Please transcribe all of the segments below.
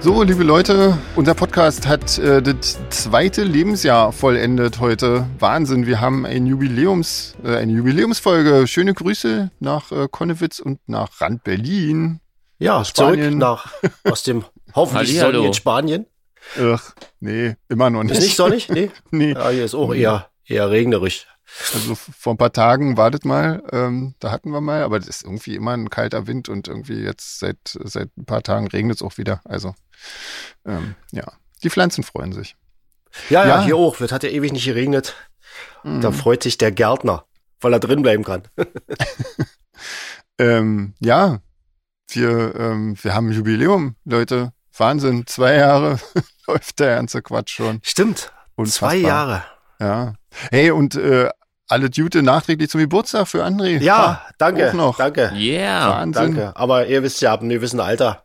So, liebe Leute, unser Podcast hat äh, das zweite Lebensjahr vollendet heute. Wahnsinn, wir haben ein Jubiläums, äh, eine Jubiläumsfolge. Schöne Grüße nach äh, Konnewitz und nach Rand Berlin. Ja, zurück Spanien. nach aus dem hoffentlich Hallihallo. sonnigen Spanien. Ach, nee, immer noch nicht. Ist nicht sonnig? Nee. Nee, Ja, hier ist auch eher, eher regnerisch. also f- vor ein paar Tagen, wartet mal, ähm, da hatten wir mal, aber das ist irgendwie immer ein kalter Wind und irgendwie jetzt seit, seit ein paar Tagen regnet es auch wieder. Also, ähm, ja, die Pflanzen freuen sich. Ja, ja, Ja. hier auch. Es hat ja ewig nicht geregnet. Mhm. Da freut sich der Gärtner, weil er drin bleiben kann. Ähm, ja, wir, ähm, wir haben ein Jubiläum, Leute. Wahnsinn, zwei Jahre läuft der ganze Quatsch schon. Stimmt. Unfassbar. Zwei Jahre. Ja. Hey, und äh, alle Jute nachträglich zum Geburtstag für André. Ha, Ja, danke. auch noch. Danke. Yeah. Wahnsinn. Danke. Aber ihr wisst ja, ab einem gewissen Alter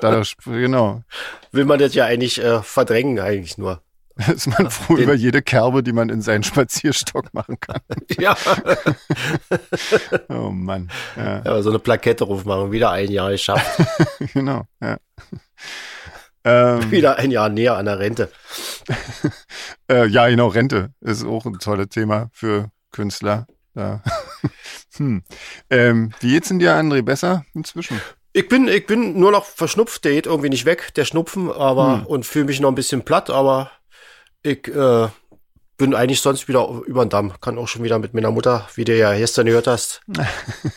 Da, genau. will man das ja eigentlich äh, verdrängen, eigentlich nur. Da ist man froh Den- über jede Kerbe, die man in seinen Spazierstock machen kann. Ja. Oh Mann. Ja, ja so eine Plakette rummachen. Wieder ein Jahr geschafft. genau. Ja. Ähm, Wieder ein Jahr näher an der Rente. Äh, ja, genau, Rente ist auch ein tolles Thema für Künstler. Ja. hm. ähm, wie geht's denn dir, André? Besser inzwischen? Ich bin, ich bin nur noch verschnupft, der geht irgendwie nicht weg, der Schnupfen, aber Hm. und fühle mich noch ein bisschen platt, aber ich äh, bin eigentlich sonst wieder über den Damm. Kann auch schon wieder mit meiner Mutter, wie du ja gestern gehört hast,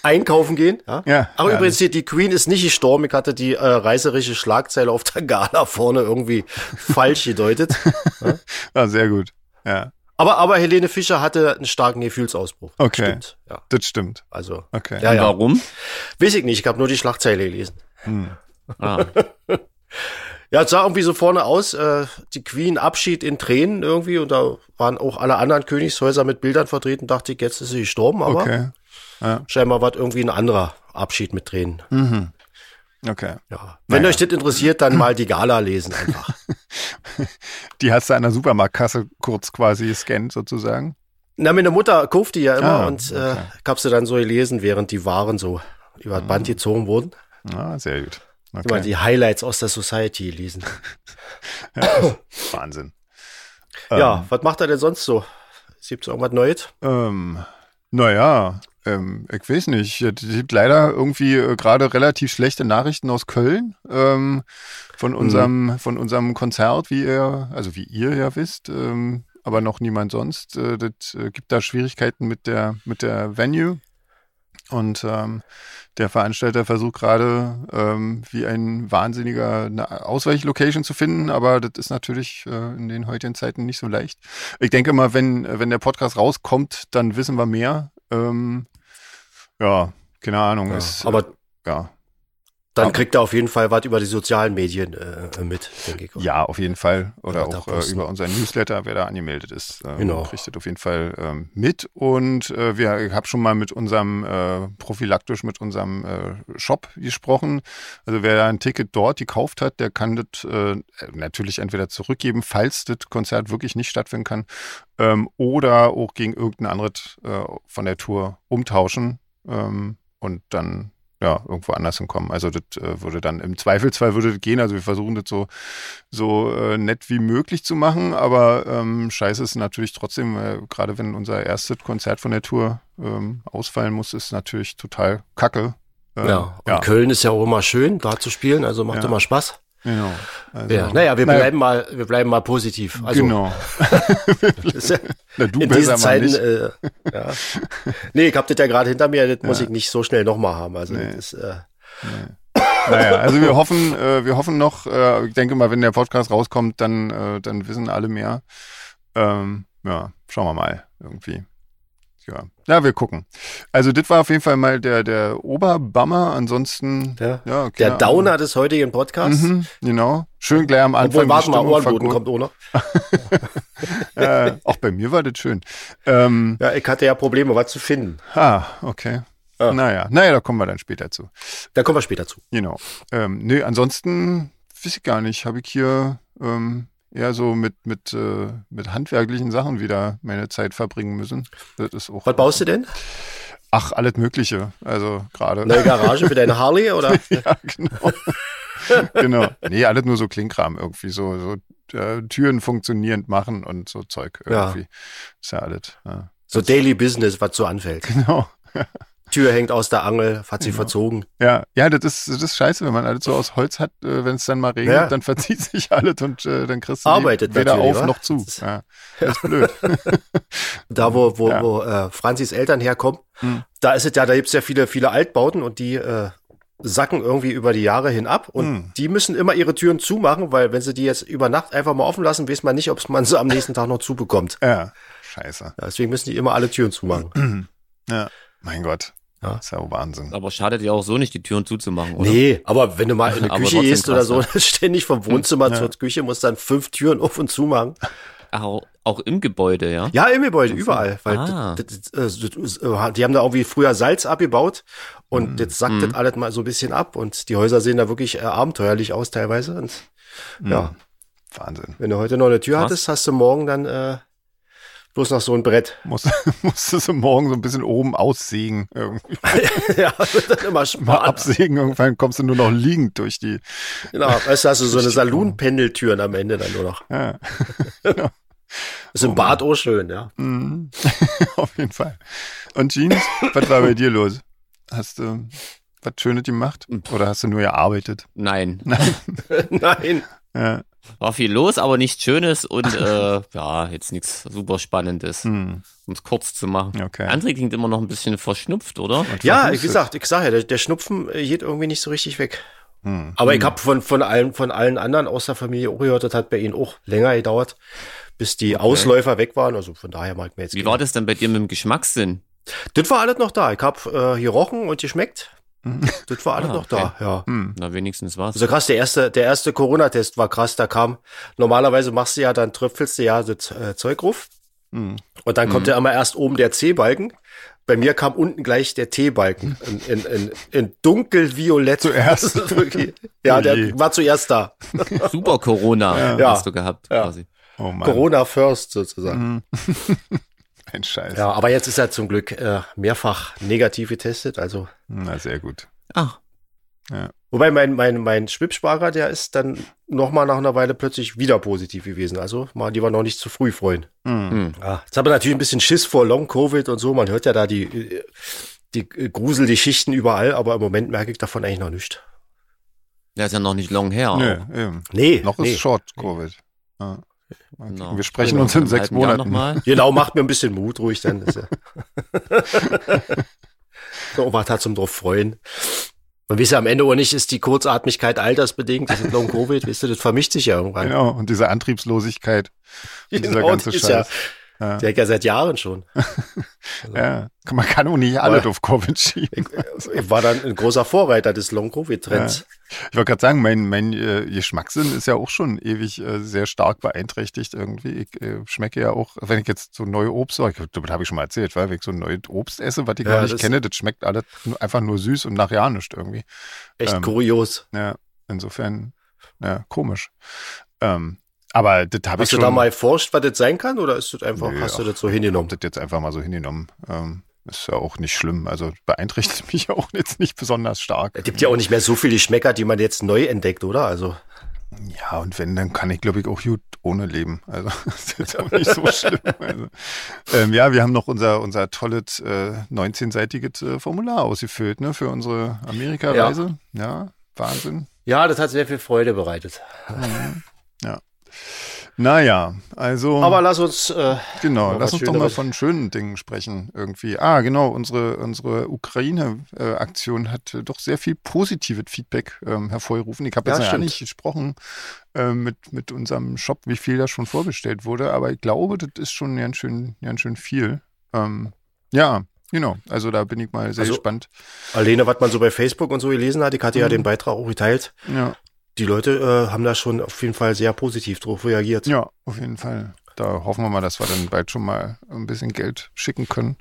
einkaufen gehen. Ja? Ja, Aber ja. übrigens, hier, die Queen ist nicht gestorben. Ich hatte die äh, reißerische Schlagzeile auf der Gala vorne irgendwie falsch gedeutet. Ah, sehr gut. Ja, Aber, aber Helene Fischer hatte einen starken Gefühlsausbruch. Okay. Stimmt. Ja, das stimmt. also, Okay. ja, ja. Warum? Weiß ich nicht, ich habe nur die Schlagzeile gelesen. Hm. Ah. Ja, es sah irgendwie so vorne aus, äh, die Queen Abschied in Tränen irgendwie und da waren auch alle anderen Königshäuser mit Bildern vertreten, dachte ich, jetzt ist sie gestorben, aber Okay. scheinbar war es irgendwie ein anderer Abschied mit Tränen. Mhm. Okay. Ja. Wenn Naja. euch das interessiert, dann mal die Gala lesen einfach. Die hast du an der Supermarktkasse kurz quasi gescannt, sozusagen. Na, meine Mutter kauft die ja immer Ah, und äh, okay. ich hab sie dann so gelesen, während die Waren so über das Band gezogen wurden. Ah, sehr gut. Immer Okay. die Highlights aus der Society lesen. Wahnsinn. Ja, was macht er denn sonst so? Gibt es irgendwas Neues? Ähm, naja, ähm, ich weiß nicht. Es gibt leider irgendwie äh, gerade relativ schlechte Nachrichten aus Köln ähm, von unserem von unserem Konzert, wie ihr, also wie ihr ja wisst, ähm, aber noch niemand sonst. Äh, das äh, gibt da Schwierigkeiten mit der mit der Venue. Und ähm, der Veranstalter versucht gerade, ähm, wie ein wahnsinniger eine Ausweichlocation zu finden, aber das ist natürlich äh, in den heutigen Zeiten nicht so leicht. Ich denke mal, wenn, wenn der Podcast rauskommt, dann wissen wir mehr. Ähm, ja, keine Ahnung. Ja, ist, aber ja. Dann kriegt er auf jeden Fall was über die sozialen Medien äh, mit, denke ich. ja, auf jeden Fall. Oder Ja, da auch äh, posten. über unseren Newsletter, wer da angemeldet ist, ähm, Genau. kriegt das auf jeden Fall ähm, mit. Und äh, wir, ich habe schon mal mit unserem äh, prophylaktisch mit unserem äh, Shop gesprochen. Also wer da ein Ticket dort gekauft hat, der kann das äh, natürlich entweder zurückgeben, falls das Konzert wirklich nicht stattfinden kann, ähm, oder auch gegen irgendein anderes äh, von der Tour umtauschen ähm, und dann ja, irgendwo anders hinkommen. Also das äh, würde dann im Zweifelsfall würde das gehen. Also wir versuchen das so, so äh, nett wie möglich zu machen, aber ähm, scheiße ist natürlich trotzdem, weil gerade wenn unser erstes Konzert von der Tour ähm, ausfallen muss, ist natürlich total kacke. Ähm, Ja, und ja, Köln ist ja auch immer schön, da zu spielen, also macht Ja. immer Spaß. genau. Also, Ja, naja, wir bleiben mal, wir bleiben mal positiv. Also genau. ist ja Na, du in besser diesen mal Zeiten. nicht. Äh, ja. Nee, ich hab das ja gerade hinter mir, das muss ich nicht so schnell nochmal haben. Also Nee. das ist, äh, Naja, also wir hoffen, äh, wir hoffen noch, äh, ich denke mal, wenn der Podcast rauskommt, dann, äh, dann wissen alle mehr. Ähm, ja, schauen wir mal irgendwie. Ja. ja, wir gucken. Also das war auf jeden Fall mal der, der Oberbammer. Ansonsten, Ja. ja der keine Ahnung. Downer des heutigen Podcasts. Mhm, genau. Schön gleich am Anfang. Obwohl, die warte mal, Stimmung Ohrenboden vergut- kommt ohne. Äh, auch bei mir war das schön. Ähm, Ja, ich hatte ja Probleme, was zu finden. ah, okay. Ja. Naja, naja, da kommen wir dann später zu. Da kommen wir später zu. Genau. Ähm, nö, ansonsten weiß ich gar nicht. Habe ich hier ähm, eher so mit, mit, äh, mit handwerklichen Sachen wieder meine Zeit verbringen müssen. Das ist auch. Was baust du Ne? denn? Ach, alles Mögliche. Also gerade. Neue Garage für deine Harley oder? Ja, genau. genau. Nee, alles nur so Klinkram irgendwie, so, so äh, Türen funktionierend machen und so Zeug irgendwie. Ist ja alles. Ja. So Daily Business, was so anfällt. Genau. Tür hängt aus der Angel, hat sie verzogen. Ja, ja, das ist, das ist scheiße, wenn man alles so aus Holz hat, äh, wenn es dann mal regnet, Ja. dann dann verzieht sich alles und äh, dann kriegst du die Arbeitet weder weder auf natürlich, auf wa? noch noch zu. zu. Das ist- Ja. Das ist blöd. Da, wo, wo, Ja. wo äh, Franzis Eltern herkommen, Mhm. Hm. da ist es ja, da gibt's ja viele, viele Altbauten und die äh, sacken irgendwie über die Jahre hin ab und Mhm. Hm. die müssen immer ihre Türen zumachen, weil wenn sie die jetzt über Nacht einfach mal offen lassen, weiß man nicht, ob es man sie am nächsten Tag noch zubekommt. ja, scheiße. Ja, Deswegen müssen die immer alle Türen Mhm. zumachen. Mein Gott. Ja. Das ist ja Wahnsinn. Aber schadet ja auch so nicht, die Türen zuzumachen, oder? Nee, aber wenn du mal in die Aber Küche trotzdem gehst oder krass, so, ständig vom Wohnzimmer Ja. zur Küche, musst dann fünf Türen auf und zu machen. Auch, auch im Gebäude, ja? Ja, im Gebäude, überall. Weil Ah. das, das, das, das, äh, die haben da irgendwie früher Salz abgebaut und jetzt sackt Mhm. das alles mal so ein bisschen ab und die Häuser sehen da wirklich äh, abenteuerlich aus teilweise. Und Mm. ja, Wahnsinn. wenn du heute noch eine Tür Krass. hattest, hast du morgen dann äh, bloß noch so ein Brett. Muss, musst du so morgen so ein bisschen oben aussägen. Irgendwie ja, wird dann immer mal schmal. absägen. Irgendwann kommst du nur noch liegend durch die. Genau, weißt du, hast du so eine Saloon-Pendeltüren am Ende dann nur noch. Ja. Ist im Bad auch schön, ja. Mhm. Auf jeden Fall. Und Jeans, was war bei dir los? Hast du was Schönes gemacht? Hm. Oder hast du nur gearbeitet? Nein. Nein. Ja. War viel los, aber nichts Schönes und äh, ja, jetzt nichts super Spannendes, Hm. um es kurz zu machen. Okay. André klingt immer noch ein bisschen verschnupft, oder? Ja, wie verhustet. gesagt, ich sag ja, der, der Schnupfen äh, geht irgendwie nicht so richtig weg. Hm. Aber ich habe von, von, allen, von allen anderen aus der Familie auch gehört, das hat bei ihnen auch länger gedauert, bis die Ausläufer weg waren. Also von daher mag ich mir jetzt Wie keinen- war das denn bei dir mit dem Geschmackssinn? Das war alles noch da. Ich habe äh, gerochen und geschmeckt. Hm. Das war alles Ah, noch okay. da, ja. Na, wenigstens was. Also krass, der erste, der erste Corona-Test war krass, da kam, normalerweise machst du ja, dann tröpfelst du ja das äh, Zeug ruf Hm. und dann kommt ja immer erst oben der C-Balken. Bei mir kam unten gleich der T-Balken in, in, in, in dunkelviolett. Zuerst. Das ist wirklich- ja, Oh je. der war zuerst da. Super Corona Ja. hast du gehabt, Ja. quasi. Oh Mann. Mhm. Hm. Corona first sozusagen. Ein Scheiß. Ja, aber jetzt ist er zum Glück äh, mehrfach negativ getestet. Also, Na, sehr gut. Ah, wobei mein, mein, mein Schwibsparer, der ist dann nochmal nach einer Weile plötzlich wieder positiv gewesen. Also, mal lieber noch nicht zu früh freuen. hm. Ja, Ah, jetzt habe ich natürlich ein bisschen Schiss vor Long-Covid und so. Man hört ja da die, äh, die äh, Grusel, die Schichten überall, aber im Moment merke ich davon eigentlich noch nichts. Der ist ja noch nicht long her. Nö, auch. eben. Nee, Noch nee. ist Short Covid. Ja. Okay. Genau. Wir sprechen Genau. uns in einem sechs halben Jahr Monaten. nochmal. Genau, macht mir ein bisschen Mut ruhig dann. Ist ja. so, was hat zum drauf freuen. Man weiß ja am Ende auch nicht, ist die Kurzatmigkeit altersbedingt, das ist Long-Covid, weißt du, das vermischt sich ja irgendwann. Genau, Genau. Und diese Antriebslosigkeit und dieser ganze die ist Scheiß. Ja, Ja. Der hat ja seit Jahren schon. Ja. Man kann auch nicht alles auf Covid schieben. Ich war dann ein großer Vorreiter des Long-Covid-Trends. Ich wollte gerade sagen, mein, mein äh, Geschmackssinn ist ja auch schon ewig äh, sehr stark beeinträchtigt irgendwie. Ich äh, schmecke ja auch, wenn ich jetzt so neue Obst, oh, ich, das habe ich schon mal erzählt, weil wenn ich so ein neues Obst esse, was ich Ja, gar nicht das- kenne, das schmeckt alles nur- einfach nur süß und nach ja nicht irgendwie. Echt Ähm, kurios. Ja, insofern, ja, komisch. Ähm, aber das habe ich Hast du schon. da mal erforscht, was das sein kann, oder ist das einfach, Nö, hast du ach, das so hingenommen? das jetzt einfach mal so hingenommen. Ähm, ist ja auch nicht schlimm. Also beeinträchtigt mich auch jetzt nicht besonders stark. Es gibt ja auch nicht mehr so viele Schmecker, die man jetzt neu entdeckt, oder? Also, Ja, und wenn, dann kann ich, glaube ich, auch gut ohne leben. Also das ist jetzt auch nicht so schlimm. Also, ähm, ja, wir haben noch unser, unser tolles äh, 19-seitiges äh, Formular ausgefüllt, ne, für unsere Amerika-Reise. Ja. Wahnsinn. ja, das hat sehr viel Freude bereitet. Naja, also Aber lass uns äh, genau, noch was lass uns doch mal Schöneres. von schönen Dingen sprechen irgendwie. Ah, genau, unsere, unsere Ukraine-Aktion hat äh, doch sehr viel positives Feedback ähm, hervorgerufen. Ich habe Ja, jetzt noch gar stimmt. nicht gesprochen äh, mit, mit unserem Shop, wie viel da schon vorbestellt wurde, aber ich glaube, das ist schon ganz schön, ganz schön viel. Ähm, ja, genau. Also da bin ich mal sehr Also- gespannt. Alleine, was man so bei Facebook und so gelesen hat, ich hatte ja Mhm. den Beitrag auch geteilt. Ja, Die Leute äh, haben da schon auf jeden Fall sehr positiv drauf reagiert. ja, auf jeden Fall. Da hoffen wir mal, dass wir dann bald schon mal ein bisschen Geld schicken können.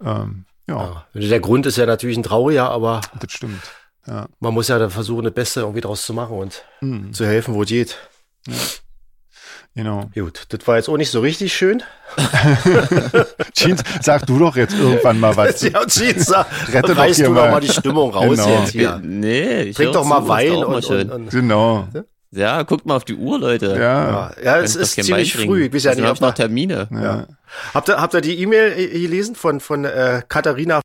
Ähm, ja, Ja. Also Der Grund ist ja natürlich ein trauriger, aber das stimmt. Ja. man muss ja dann versuchen, das Beste irgendwie draus zu machen und Mhm. zu helfen, wo es geht. Genau. Gut, das war jetzt auch nicht so richtig schön. Jeans, sag du doch jetzt irgendwann mal was. Ja, Jeans, Rette doch reiß hier du mal. doch mal die Stimmung raus Genau. jetzt hier. Nee, ich Trink hör doch zu, mal ist Wein auch mal und, schön. und, und Genau. Ja, guckt mal auf die Uhr, Leute. Ja. ja, ja, es Könnt ist doch kein ziemlich Wein früh. trinken. Ich weiß ja Deswegen nicht, hab ich ob noch man, Termine. Ja. ja. habt, ihr, habt ihr die E-Mail äh, gelesen von, von äh, Katharina,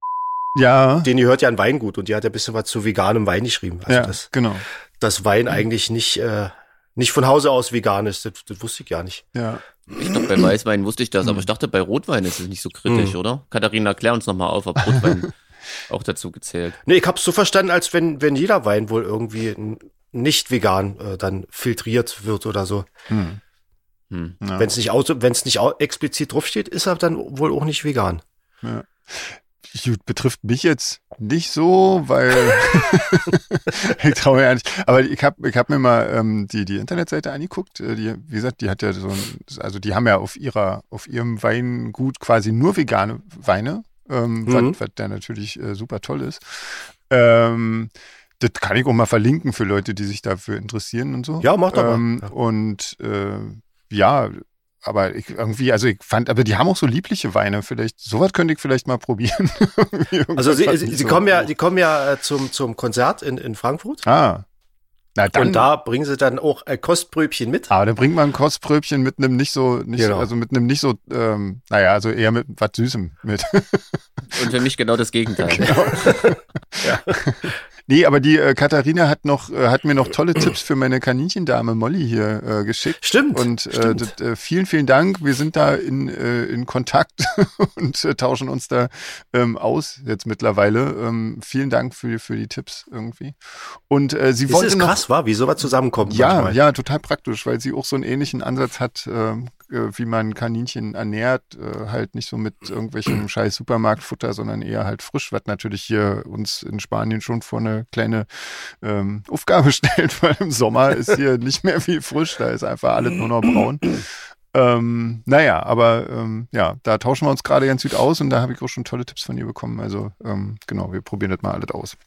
Ja, den die hört ja ein Weingut und die hat ja ein bisschen was zu veganem Wein geschrieben. Also das, genau. dass Mhm. Wein eigentlich nicht, äh, nicht von Hause aus vegan ist. Das, das wusste ich gar nicht. Ja. Ich dachte, bei Weißwein wusste ich das, aber ich dachte, bei Rotwein ist es nicht so kritisch, oder? Katharina, klär uns nochmal auf, ob Rotwein auch dazu gezählt. Nee, ich hab's so verstanden, als wenn, wenn jeder Wein wohl irgendwie n- nicht vegan äh, dann filtriert wird oder so. Hm. Hm. ja. Wenn es nicht, auto- wenn's nicht au- explizit draufsteht, ist er dann wohl auch nicht vegan. Gut, betrifft mich jetzt nicht so, weil ich traue mir ja nicht. Aber ich habe ich hab mir mal ähm, die, die Internetseite angeguckt. Äh, Die, wie gesagt, die hat ja so ein, also die haben ja auf ihrer, auf ihrem Weingut quasi nur vegane Weine, ähm, Mhm. was, was da natürlich äh, super toll ist. Ähm, das kann ich auch mal verlinken für Leute, die sich dafür interessieren und so. Ja, mach doch mal. Ähm, Ja. Und äh, ja, aber ich irgendwie, also ich fand, aber die haben auch so liebliche Weine. Vielleicht, sowas könnte ich vielleicht mal probieren. Also sie, Irgendwas sie, nicht sie so kommen ja, hoch. sie kommen ja äh, zum, zum Konzert in, in Frankfurt. Ah. Na dann. Und da bringen sie dann auch äh, Kostbrötchen mit. aber dann bringt man ein Kostpröbchen mit einem nicht so, nicht so Genau. also mit einem nicht so, ähm, naja, also eher mit was Süßem mit. Und für mich genau das Gegenteil. nee, aber die äh, Katharina hat noch, äh, hat mir noch tolle Tipps für meine Kaninchendame Molly hier äh, geschickt. Stimmt. Und äh, stimmt. das, äh, vielen, vielen Dank. Wir sind da in, äh, in Kontakt und äh, tauschen uns da ähm, aus jetzt mittlerweile. Ähm, vielen Dank für, für die Tipps irgendwie. Und äh, sie das wollte ist noch, krass, war, wie sowas zusammenkommt. Ja, manchmal. ja, total praktisch, weil sie auch so einen ähnlichen Ansatz hat, ähm, äh, wie man Kaninchen ernährt, äh, halt nicht so mit irgendwelchem scheiß Supermarktfutter, sondern eher halt frisch, was natürlich hier uns in Spanien schon vor eine kleine ähm, Aufgabe stellt, weil im Sommer ist hier nicht mehr viel frisch, da ist einfach alles nur noch braun. Ähm, naja, aber ähm, ja, da tauschen wir uns gerade ganz gut aus und da habe ich auch schon tolle Tipps von ihr bekommen. Also ähm, genau, wir probieren das mal alles aus.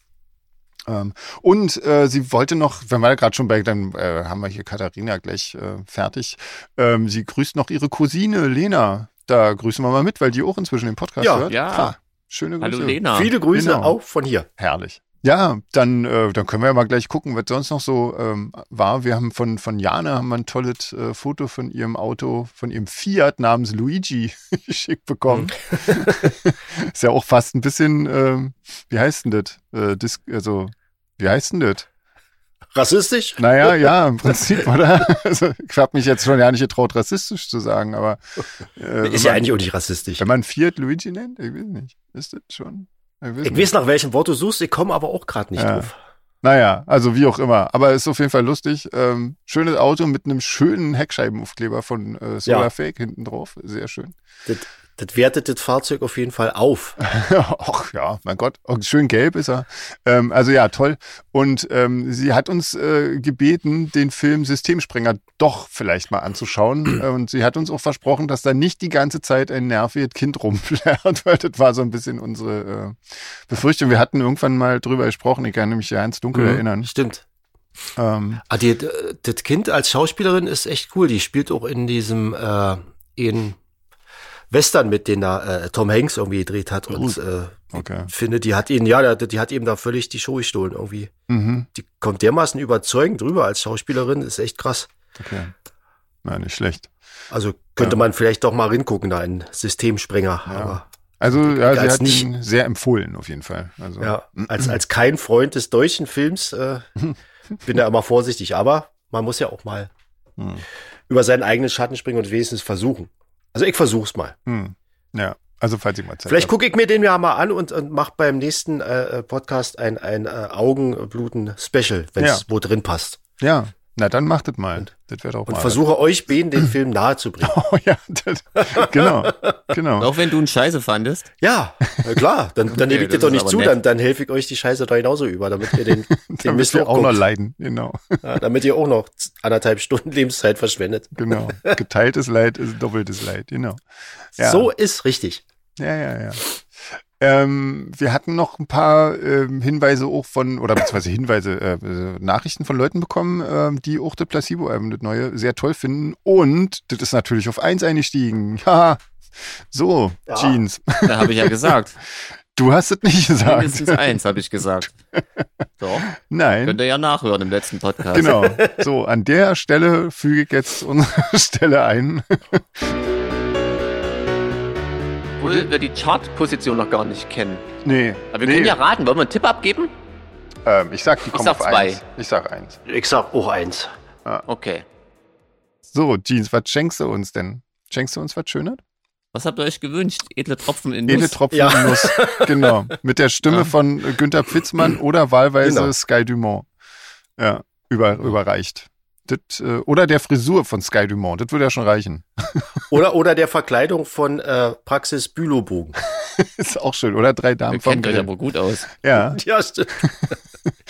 Ähm, und äh, sie wollte noch, wenn wir gerade schon bei, dann äh, haben wir hier Katharina gleich äh, fertig. Ähm, sie grüßt noch ihre Cousine Lena. Da grüßen wir mal mit, weil die auch inzwischen den Podcast Ja, hört. ja. Ah, schöne Grüße. Hallo Lena. Viele Grüße Genau. auch von hier. Herrlich. Ja, dann, äh, dann können wir ja mal gleich gucken, was sonst noch so ähm, war. Wir haben von, von Jana haben wir ein tolles äh, Foto von ihrem Auto, von ihrem Fiat namens Luigi geschickt bekommen. Mhm. Ist ja auch fast ein bisschen, ähm, wie heißt denn das? Äh, Dis also, wie heißt denn das? Rassistisch? Naja, ja, im Prinzip, oder? Also, ich habe mich jetzt schon ja nicht getraut, rassistisch zu sagen, aber äh, Ist wenn, ja man, eigentlich auch nicht rassistisch. wenn man Fiat Luigi nennt, ich weiß nicht. Ist das schon? Ich Ich weiß nach welchem Wort du suchst, ich komme aber auch gerade nicht Ja. drauf. Naja, also wie auch immer. Aber ist auf jeden Fall lustig. Ähm, schönes Auto mit einem schönen Heckscheibenaufkleber von äh, Solarfake hinten drauf. Sehr schön. Das, das wertet das Fahrzeug auf jeden Fall auf. Ach ja, mein Gott. Oh, schön gelb ist er. Ähm, also ja, toll. Und ähm, sie hat uns äh, gebeten, den Film Systemsprenger doch vielleicht mal anzuschauen. Äh, Und sie hat uns auch versprochen, dass da nicht die ganze Zeit ein nerviges Kind rumflärt, weil das war so ein bisschen unsere äh, Befürchtung. Wir hatten irgendwann mal drüber gesprochen. Ich kann mich ja ans Dunkel Mhm. erinnern. Stimmt. Ähm, Ah, die, das Kind als Schauspielerin ist echt cool. Die spielt auch in diesem äh, in Western mit, den da äh, Tom Hanks irgendwie gedreht hat. Und äh, okay. finde, die hat ihn, ja, die, die hat ihm da völlig die Show gestohlen irgendwie. Mhm. Die kommt dermaßen überzeugend rüber als Schauspielerin, ist echt krass. Okay. Na, nicht schlecht. Also könnte Ja. man vielleicht doch mal reingucken, da in Systemsprenger. Aber Also, ja, sie als hat nicht- ihn sehr empfohlen, auf jeden Fall. Also, Ja, als, als kein Freund des deutschen Films äh, bin da immer vorsichtig, aber man muss ja auch mal Hm. über seinen eigenen Schatten springen und wenigstens versuchen. Also ich versuch's mal. Hm. Ja, also, falls ich mal Zeit Vielleicht hab. gucke ich mir den ja mal an und, und mach beim nächsten äh, äh, Podcast ein, ein äh, Augenbluten-Special, wenn es Ja. wo drin passt. Ja, na, dann macht das mal. das wäre doch Und mal. versuche euch beiden den Film nahezubringen. Oh, ja, das, genau, genau. Auch wenn du einen Scheiße fandest. Ja, na klar, dann, dann Okay, nehme ich dir das doch ist nicht aber zu, nett. dann, dann helfe ich euch die Scheiße da genauso über, damit ihr den, den Damit Mist wir auch auch noch guckt. leiden. Genau, Ja, damit ihr auch noch anderthalb Stunden Lebenszeit verschwendet. genau. Geteiltes Leid ist doppeltes Leid. Genau. Ja. So ist richtig. Ja, ja, ja. Ähm, wir hatten noch ein paar ähm, Hinweise auch von, oder beziehungsweise Hinweise, äh, äh, Nachrichten von Leuten bekommen, ähm, die auch das Placebo-Album, das neue, sehr toll finden. Und das ist natürlich auf eins eingestiegen. Haha. so, Ja. Jeans. Da habe ich ja gesagt. Du hast es nicht gesagt. Mindestens eins habe ich gesagt. Doch, Nein. könnt ihr ja nachhören im letzten Podcast. Genau. So, an der Stelle füge ich jetzt unsere Stelle ein. Obwohl wir die Chartposition noch gar nicht kennen. Nee. Aber wir nee. können ja raten. Wollen wir einen Tipp abgeben? ähm, ich sag, die kommen sag auf zwei. eins. Ich sag eins. Ich sag auch eins. Okay. So, Jeans, was schenkst du uns denn? Schenkst du uns was Schönes? Was habt ihr euch gewünscht? Edle Tropfen in Edle Nuss? Tropfen Ja. in Nuss. Genau. Mit der Stimme Ja. von äh, Günther Pfitzmann oder wahlweise Genau. Sky Dumont. Ja, über, überreicht. Das, äh, oder der Frisur von Sky Dumont. Das würde ja schon reichen. Oder, oder der Verkleidung von äh, Praxis Bülowbogen. Ist auch schön. Oder drei Damen Ihr vom kennt euch Grill. aber gut aus. Ja. Ja, stimmt.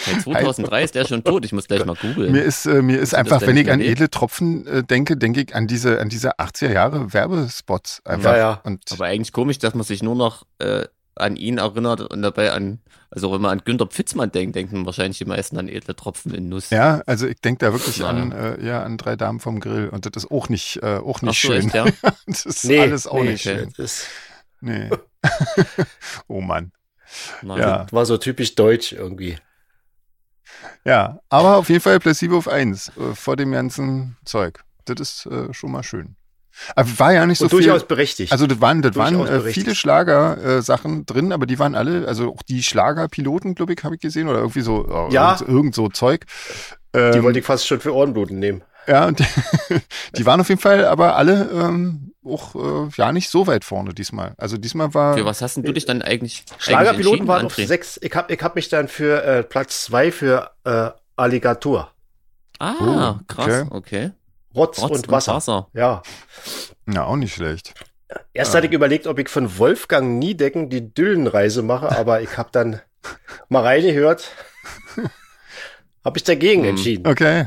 Seit 2003 ist der schon tot. Ich muss gleich mal googeln. Mir ist, äh, mir ist du das einfach, denn wenn nicht ich an erlebt? edle Tropfen äh, denke, denke ich an diese, an diese 80er Jahre Werbespots einfach. Ja, ja. Und Aber eigentlich komisch, dass man sich nur noch äh, an ihn erinnert und dabei an, also wenn man an Günter Pfitzmann denkt, denken wahrscheinlich die meisten an edle Tropfen in Nuss. ja, also ich denke da wirklich Ja, an, äh, ja, an drei Damen vom Grill. Und das ist auch nicht, äh, auch Ach nicht so, schön. echt, ja? Das ist Nee, alles auch nee, nicht okay. schön. Das Nee. oh Mann. Na, Ja. war so typisch deutsch irgendwie. Ja, aber auf jeden Fall Placebo auf 1 äh, vor dem ganzen Zeug. Das ist äh, schon mal schön. Aber war ja nicht so Und viel. durchaus berechtigt. Also das waren, das waren durchaus äh, berechtigt. viele Schlagersachen äh, Sachen drin, aber die waren alle, also auch die Schlagerpiloten, glaube ich, habe ich gesehen oder irgendwie so äh, Ja. irgend, irgend so Zeug. die Ähm, wollte ich fast schon für Ohrenbluten nehmen. ja, und die, die waren auf jeden Fall, aber alle ähm, auch äh, ja nicht so weit vorne diesmal. Also diesmal war Für was hast denn du dich dann eigentlich eigentlich Schlagerpiloten entschieden, waren auf André? sechs. Ich habe ich hab mich dann für äh, Platz zwei für äh, Alligator, Ah, Oh, krass, okay. Rotz, Rotz und Wasser. Ja. ja auch nicht schlecht. Erst Ah. hatte ich überlegt, ob ich von Wolfgang Niedecken die Düllenreise mache, aber ich habe dann mal reingehört, habe ich dagegen Hm. entschieden. Okay.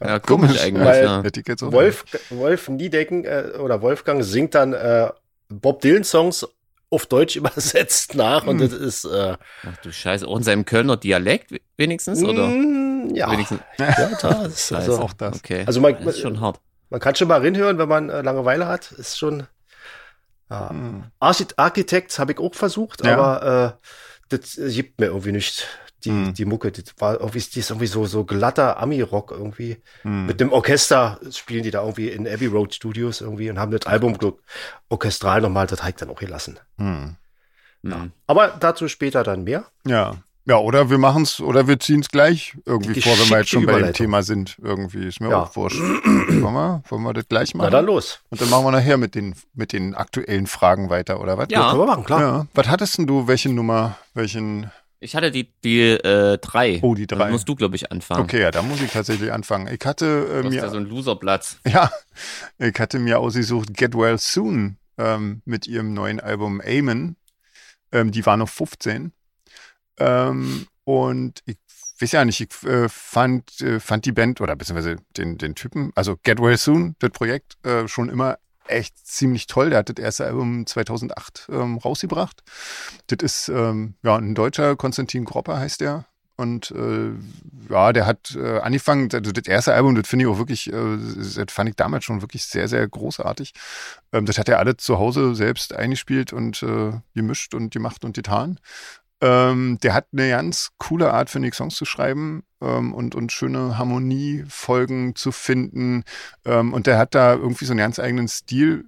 Ja, komisch Komisch, eigentlich, ne? weil- ja. Hätte ich jetzt auch Wolf, Wolf Niedecken äh, oder Wolfgang singt dann äh, Bob Dylan Songs auf Deutsch übersetzt nach und Hm. das ist äh, Ach du Scheiße, auch in seinem Kölner Dialekt wenigstens, oder? mm, ja, Wenigstens, ja das ist Scheiße. also, auch das. okay. also man, das ist schon hart. man kann schon mal reinhören, wenn man äh, Langeweile hat, ist schon ja. Hm. Archit Architects habe ich auch versucht, Ja. aber äh, das äh, gibt mir irgendwie nicht. Die, Hm. die Mucke, das war irgendwie, die ist irgendwie so, so glatter Ami-Rock irgendwie. Hm. Mit dem Orchester spielen die da irgendwie in Abbey Road Studios irgendwie und haben das Album glaub, orchestral nochmal, das habe ich dann auch gelassen. Hm. Hm. Aber dazu später dann mehr. Ja. Ja, oder wir machen's, oder wir ziehen's gleich irgendwie Die vor, wenn wir jetzt schon bei dem geschickte Thema sind. Irgendwie ist mir Ja. auch wurscht. Wollen wir, wollen wir das gleich Na machen? dann los. Und dann machen wir nachher mit den, mit den aktuellen Fragen weiter, oder was? Ja. Können wir machen, klar. ja. Was hattest denn du? Welche Nummer? Welchen? Ich hatte die, die äh, drei. Oh, die Dann drei. musst du, glaube ich, anfangen. Okay, ja, da muss ich tatsächlich anfangen. Ich hatte äh, Du hast ja mir, so einen Loserplatz. ja, ich hatte mir ausgesucht Get Well Soon ähm, mit ihrem neuen Album Amen. Ähm, die war noch 15. Ähm, und ich weiß ja nicht, ich äh, fand, äh, fand die Band oder beziehungsweise den, den Typen, also Get Well Soon, das Projekt, äh, schon immer echt ziemlich toll. Der hat das erste Album 2008 ähm, rausgebracht. Das ist ähm, ja, ein Deutscher, Konstantin Gropper heißt der. Und äh, ja, der hat äh, angefangen, also das erste Album, das finde ich auch wirklich, äh, das fand ich damals schon wirklich sehr, sehr großartig. Ähm, das hat er alle zu Hause selbst eingespielt und äh, gemischt und gemacht und getan. Ähm, der hat eine ganz coole Art, finde ich, Songs zu schreiben ähm, und, und schöne Harmoniefolgen zu finden. Ähm, und der hat da irgendwie so einen ganz eigenen Stil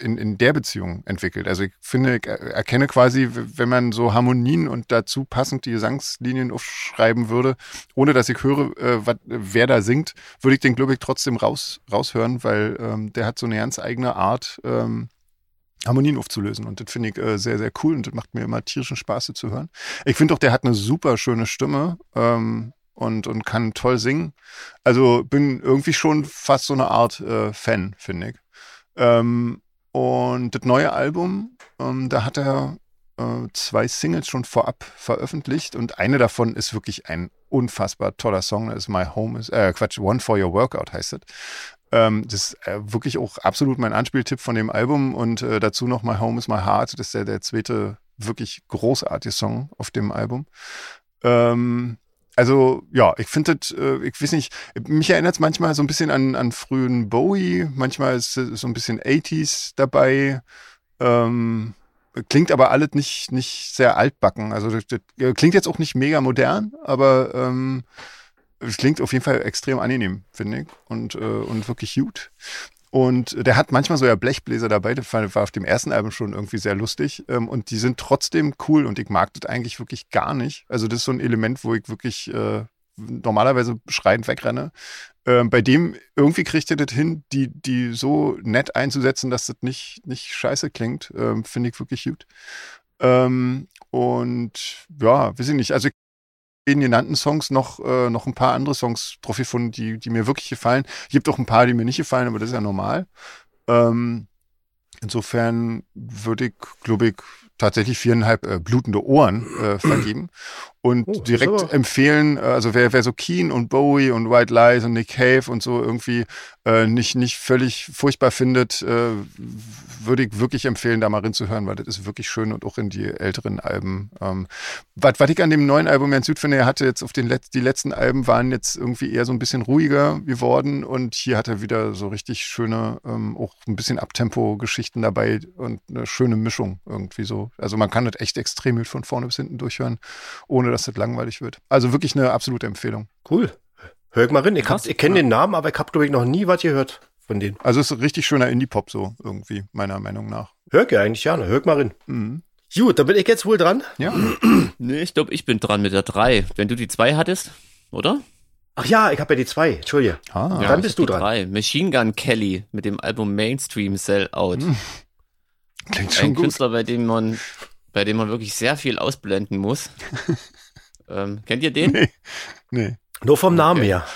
in, in der Beziehung entwickelt. Also ich finde, ich er- erkenne quasi, w- wenn man so Harmonien und dazu passend die Gesangslinien aufschreiben würde, ohne dass ich höre, äh, wat, wer da singt, würde ich den, glaube ich, trotzdem raus, raushören, weil ähm, der hat so eine ganz eigene Art, ähm, Harmonien aufzulösen. Und das finde ich äh, sehr, sehr cool und das macht mir immer tierischen Spaß, das zu hören. Ich finde auch, der hat eine super schöne Stimme ähm, und, und kann toll singen. Also bin irgendwie schon fast so eine Art äh, Fan, finde ich. Ähm, und das neue Album, ähm, da hat er äh, zwei Singles schon vorab veröffentlicht und eine davon ist wirklich ein unfassbar toller Song. Das ist My Home is, äh, Quatsch, One for Your Workout heißt es. Ähm, das ist äh, wirklich auch absolut mein Anspieltipp von dem Album und äh, dazu noch My Home is My Heart. Das ist ja der zweite wirklich großartige Song auf dem Album. Ähm, also ja, ich finde das, äh, ich weiß nicht, mich erinnert es manchmal so ein bisschen an, an frühen Bowie, manchmal ist äh, so ein bisschen 80s dabei. Ähm, klingt aber alles nicht, nicht sehr altbacken. Also das, das äh, klingt jetzt auch nicht mega modern, aber ähm, es klingt auf jeden Fall extrem angenehm, finde ich. Und, äh, und wirklich gut. Und der hat manchmal so ja Blechbläser dabei, das war war auf dem ersten Album schon irgendwie sehr lustig. Ähm, und die sind trotzdem cool und ich mag das eigentlich wirklich gar nicht. Also das ist so ein Element, wo ich wirklich äh, normalerweise schreiend wegrenne. Ähm, bei dem irgendwie kriegt er das hin, die, die so nett einzusetzen, dass das nicht, nicht scheiße klingt. Ähm, finde ich wirklich gut. Ähm, und ja, weiß ich nicht. Also den genannten Songs noch, äh, noch ein paar andere Songs drauf gefunden, die, die mir wirklich gefallen. Es gibt auch ein paar, die mir nicht gefallen, aber das ist ja normal. Ähm, insofern würde ich, glaube ich, tatsächlich viereinhalb äh, blutende Ohren äh, vergeben und Oh, direkt so. empfehlen, äh, also wer, wer so Keen und Bowie und White Lies und Nick Cave und so irgendwie äh, nicht, nicht völlig furchtbar findet, äh, würde ich wirklich empfehlen, da mal reinzuhören, weil das ist wirklich schön und auch in die älteren Alben. Ähm, was, was ich an dem neuen Album ganz gut finde, er hatte jetzt auf den Let die letzten Alben waren jetzt irgendwie eher so ein bisschen ruhiger geworden und hier hat er wieder so richtig schöne, ähm, auch ein bisschen Abtempo-Geschichten dabei und eine schöne Mischung irgendwie so. Also man kann das echt extrem gut von vorne bis hinten durchhören, ohne dass das langweilig wird. Also wirklich eine absolute Empfehlung. Cool. Hör ich mal rein. Ich, hab- Krass, ich kenne ja. den Namen, aber ich habe, glaube ich, noch nie was gehört von denen. Also es ist ein richtig schöner Indie-Pop so irgendwie, meiner Meinung nach. Hör ich ja eigentlich gerne. Hör ich mal rein. Mhm. Gut, dann bin ich jetzt wohl dran. Ja, Nee, ich glaube, ich bin dran mit der 3. Wenn du die 2 hattest, oder? Ach ja, ich habe ja die zwei. Entschuldige. ah, dann ich bist hab du die dran. drei. Machine Gun Kelly mit dem Album Mainstream Sellout. klingt Ein schon gut. Künstler, bei dem man, bei dem man wirklich sehr viel ausblenden muss. ähm, kennt ihr den? Nee, nee. Nur vom Namen Okay. her.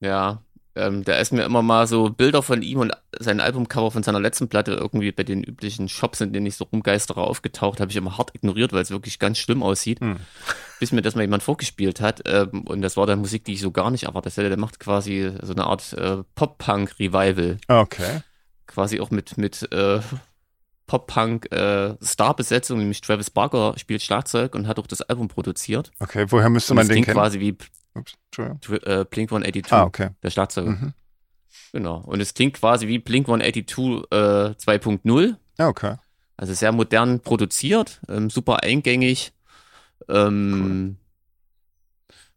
Ja, ähm, da ist mir immer mal so Bilder von ihm und sein Albumcover von seiner letzten Platte irgendwie bei den üblichen Shops, in denen ich so rumgeistere, aufgetaucht. Habe ich immer hart ignoriert, weil es wirklich ganz schlimm aussieht. Hm. Bis mir das mal jemand vorgespielt hat. Ähm, und das war dann Musik, die ich so gar nicht erwartet hätte. Der macht quasi so eine Art äh, Pop-Punk-Revival. Okay. Quasi auch mit, mit äh, Pop-Punk-Star-Besetzung, nämlich Travis Barker spielt Schlagzeug und hat auch das Album produziert. Okay, woher müsste Und man das den klingt kennen? quasi wie Ups, Entschuldigung. äh, Blink 182, Ah, okay. der Schlagzeuger. Mhm. Genau. Und es klingt quasi wie Blink 182 äh, 2.0. Ja, okay. Also sehr modern produziert, ähm, super eingängig. Ähm,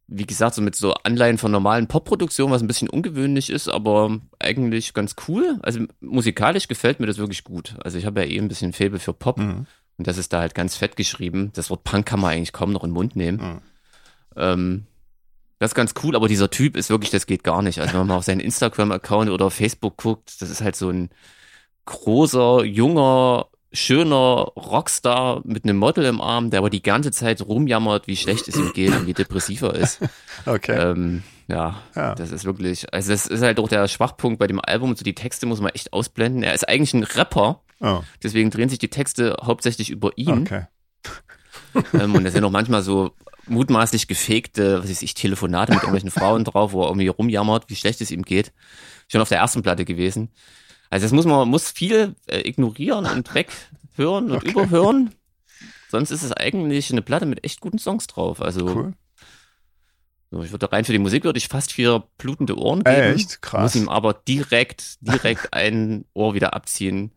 Wie gesagt, so mit so Anleihen von normalen Popproduktionen, was ein bisschen ungewöhnlich ist, aber eigentlich ganz cool. Also musikalisch gefällt mir das wirklich gut. Also ich habe ja eh ein bisschen Faible für Pop. Mhm. Und das ist da halt ganz fett geschrieben. Das Wort Punk kann man eigentlich kaum noch in den Mund nehmen. Mhm. Ähm, das ist ganz cool, aber dieser Typ ist wirklich, das geht gar nicht. Also wenn man mal auf seinen Instagram-Account oder auf Facebook guckt, das ist halt so ein großer, junger, schöner Rockstar mit einem Model im Arm, der aber die ganze Zeit rumjammert, wie schlecht es ihm geht und wie depressiv er ist. Okay. Ähm, ja, Ja. das ist wirklich, also das ist halt auch der Schwachpunkt bei dem Album. So die Texte muss man echt ausblenden. Er ist eigentlich ein Rapper, Oh, deswegen drehen sich die Texte hauptsächlich über ihn. okay. Ähm, und da sind auch manchmal so mutmaßlich gefegte, was weiß ich, Telefonate mit irgendwelchen Frauen drauf, wo er irgendwie rumjammert, wie schlecht es ihm geht. Schon auf der ersten Platte gewesen. Also das muss man muss viel äh, ignorieren und weghören und überhören. Sonst ist es eigentlich eine Platte mit echt guten Songs drauf. Also Cool. so, ich würde rein für die Musik würde ich fast vier blutende Ohren geben. Ey, Echt krass. Muss ihm aber direkt, direkt ein Ohr wieder abziehen.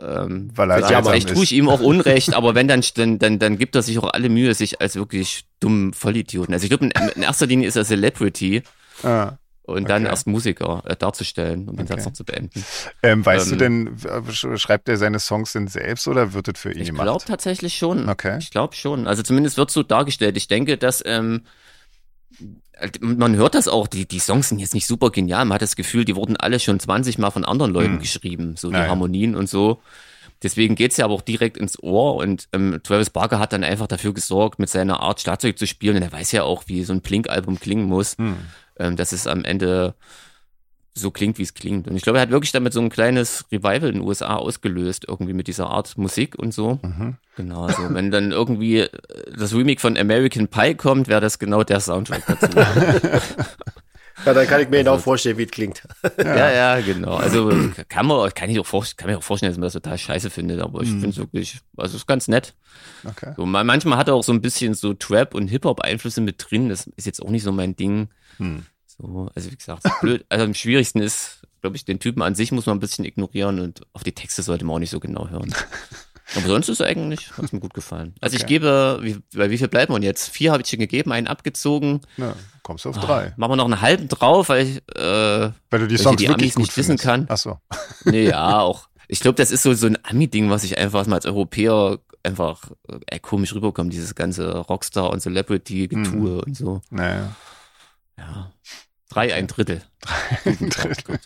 Ähm, Weil er ja, einsam vielleicht tue ich ist. ihm auch Unrecht, aber wenn, dann, dann, dann, dann gibt er sich auch alle Mühe, sich als wirklich dummen Vollidioten. Also ich glaube, in, in erster Linie ist er Celebrity Ah. und dann Okay. erst Musiker äh, darzustellen, um den Okay. Satz noch zu beenden. Ähm, weißt Ähm, du denn, w- sch- schreibt er seine Songs denn selbst oder wird das für ihn Ich gemacht? glaube tatsächlich schon. Okay. Ich glaube schon. Also zumindest wird so dargestellt. Ich denke, dass ähm, halt, man hört das auch, die, die Songs sind jetzt nicht super genial. Man hat das Gefühl, die wurden alle schon 20 Mal von anderen Leuten Hm. geschrieben, so die Naja. Harmonien und so. Deswegen geht's ja aber auch direkt ins Ohr und ähm, Travis Barker hat dann einfach dafür gesorgt, mit seiner Art Schlagzeug zu spielen. Und er weiß ja auch, wie so ein Blink-Album klingen muss Hm. ähm, dass es am Ende so klingt, wie es klingt. Und ich glaube, er hat wirklich damit so ein kleines Revival in den USA ausgelöst, irgendwie mit dieser Art Musik und so. Mhm. Genau, also wenn dann irgendwie äh, das Remake von American Pie kommt, wäre das genau der Soundtrack dazu. Ja, dann kann ich mir genau vorstellen, wie es klingt. Also Ja, ja, genau. Also kann man, kann ich auch vor, kann mir auch vorstellen, dass man das total scheiße findet, aber ich finde es wirklich, also es ist ganz nett. Okay. So, man, manchmal hat er auch so ein bisschen so Trap und Hip Hop Einflüsse mit drin. Das ist jetzt auch nicht so mein Ding. Hm. So, also wie gesagt, ist blöd. Also am schwierigsten ist, glaube ich, den Typen an sich muss man ein bisschen ignorieren und auf die Texte sollte man auch nicht so genau hören. Aber sonst ist eigentlich, hat mir gut gefallen. Also ich Okay. gebe, wie, bei wie viel bleibt man jetzt? Vier habe ich schon gegeben, einen abgezogen. Na, kommst Ah. du auf drei. Machen wir noch einen halben drauf, weil ich, äh, Weil du die ich Songs die wirklich Amis gut nicht wissen findest. kann. Ach so. nee, ja, auch. Ich glaube, das ist so, so ein Ami-Ding, was ich einfach mal als Europäer einfach äh, komisch rüberkomme, dieses ganze Rockstar und Celebrity-Getue und so. Naja. Ja. Drei, ein Drittel. Ein Drittel.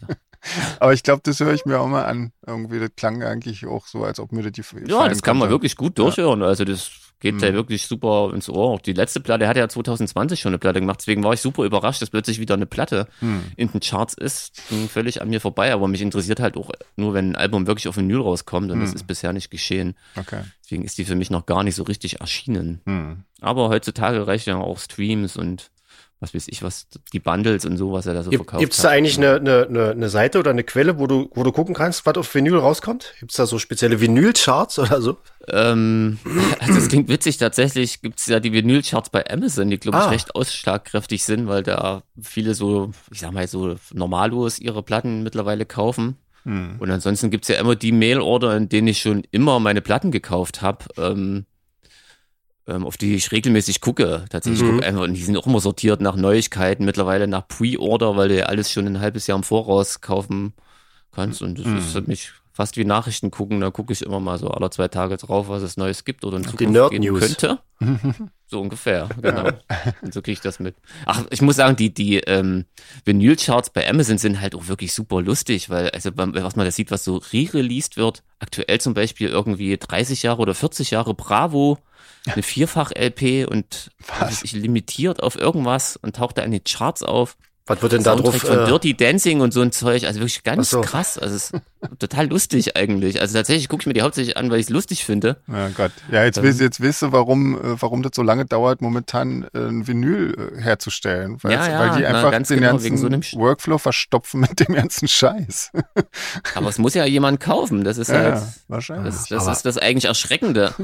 Aber ich glaube, das höre ich mir auch mal an. Irgendwie, das klang eigentlich auch so, als ob mir das die Ja, das kann man könnte. wirklich gut durchhören. Also das geht Mhm. ja wirklich super ins Ohr. Auch Die letzte Platte, er hat ja 2020 schon eine Platte gemacht, deswegen war ich super überrascht, dass plötzlich wieder eine Platte Hm. in den Charts ist. Ging völlig an mir vorbei, aber mich interessiert halt auch nur, wenn ein Album wirklich auf Vinyl rauskommt und das Mhm. ist bisher nicht geschehen. Okay. Deswegen ist die für mich noch gar nicht so richtig erschienen. Hm. Aber heutzutage reichen ja auch Streams und was weiß ich, was die Bundles und so, was er da so Gibt, verkauft gibt's da hat. eigentlich eine, eine, eine, eine Seite oder eine Quelle, wo du, wo du gucken kannst, was auf Vinyl rauskommt? Gibt's da so spezielle Vinyl-Charts oder so? Ähm, also das klingt witzig, tatsächlich gibt's ja die Vinylcharts bei Amazon, die, glaube ich, Ah. recht ausschlagkräftig sind, weil da viele so, ich sag mal, so Normalos ihre Platten mittlerweile kaufen. Hm. Und ansonsten gibt's ja immer die Mailorder, in denen ich schon immer meine Platten gekauft habe, ähm, ähm, auf die ich regelmäßig gucke. Tatsächlich Mhm. gucke einfach, und die sind auch immer sortiert nach Neuigkeiten, mittlerweile nach Pre-Order, weil du ja alles schon ein halbes Jahr im Voraus kaufen kannst. Und das Mhm. ist für mich fast wie Nachrichten gucken. Da gucke ich immer mal so alle zwei Tage drauf, was es Neues gibt oder in Zukunft Nerd geben News. könnte. So ungefähr, genau. Und so kriege ich das mit. Ach, ich muss sagen, die, die ähm, Vinyl-Charts bei Amazon sind halt auch wirklich super lustig, weil, also, beim- was man da sieht, was so re-released wird, aktuell zum Beispiel irgendwie 30 Jahre oder 40 Jahre Bravo, eine Vierfach-LP und was weiß ich limitiert auf irgendwas und taucht da in den Charts auf. Was wird denn da Soundtrack drauf? von Äh, Dirty Dancing und so ein Zeug, also wirklich Ach ganz so. krass. Also, es ist total lustig eigentlich. Also, tatsächlich gucke ich mir die hauptsächlich an, weil ich es lustig finde. Ja, Gott. Ja, Ähm. jetzt, willst, jetzt weißt du, warum, äh, warum das so lange dauert, momentan äh, ein Vinyl äh, herzustellen. Weil, Ja, ja, weil die na, einfach ganz den genau, wegen ganzen so einem Sch- Workflow verstopfen mit dem ganzen Scheiß. Aber es muss ja jemand kaufen. Das ist Ja, halt. ja, wahrscheinlich. Das, das Aber- ist das eigentlich Erschreckende.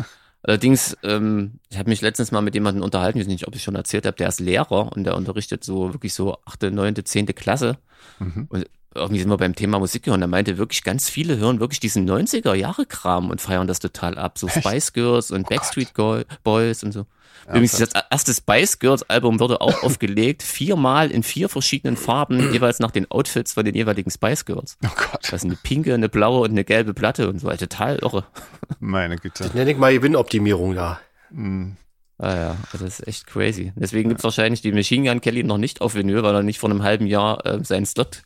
Allerdings, ähm, ich habe mich letztens mal mit jemandem unterhalten, ich weiß nicht, ob ich schon erzählt habe, der ist Lehrer und der unterrichtet so wirklich so achte, neunte, zehnte Klasse. Mhm. Und irgendwie sind wir beim Thema Musik hören. Er meinte wirklich, ganz viele hören wirklich diesen 90er-Jahre-Kram und feiern das total ab. So Spice Girls und Backstreet Go- Boys und so. Übrigens, das erste Spice Girls-Album wurde auch aufgelegt, viermal in vier verschiedenen Farben, jeweils nach den Outfits von den jeweiligen Spice Girls. Oh Gott, Das ist eine pinke, eine blaue und eine gelbe Platte und so. Also total irre. meine Güte. nenn ich mal Gewinnoptimierung da. Hm. Ah ja, also das ist echt crazy. Deswegen gibt's wahrscheinlich die Machine Gun Kelly noch nicht auf Vinyl, weil er nicht vor einem halben Jahr ähm, seinen Slot.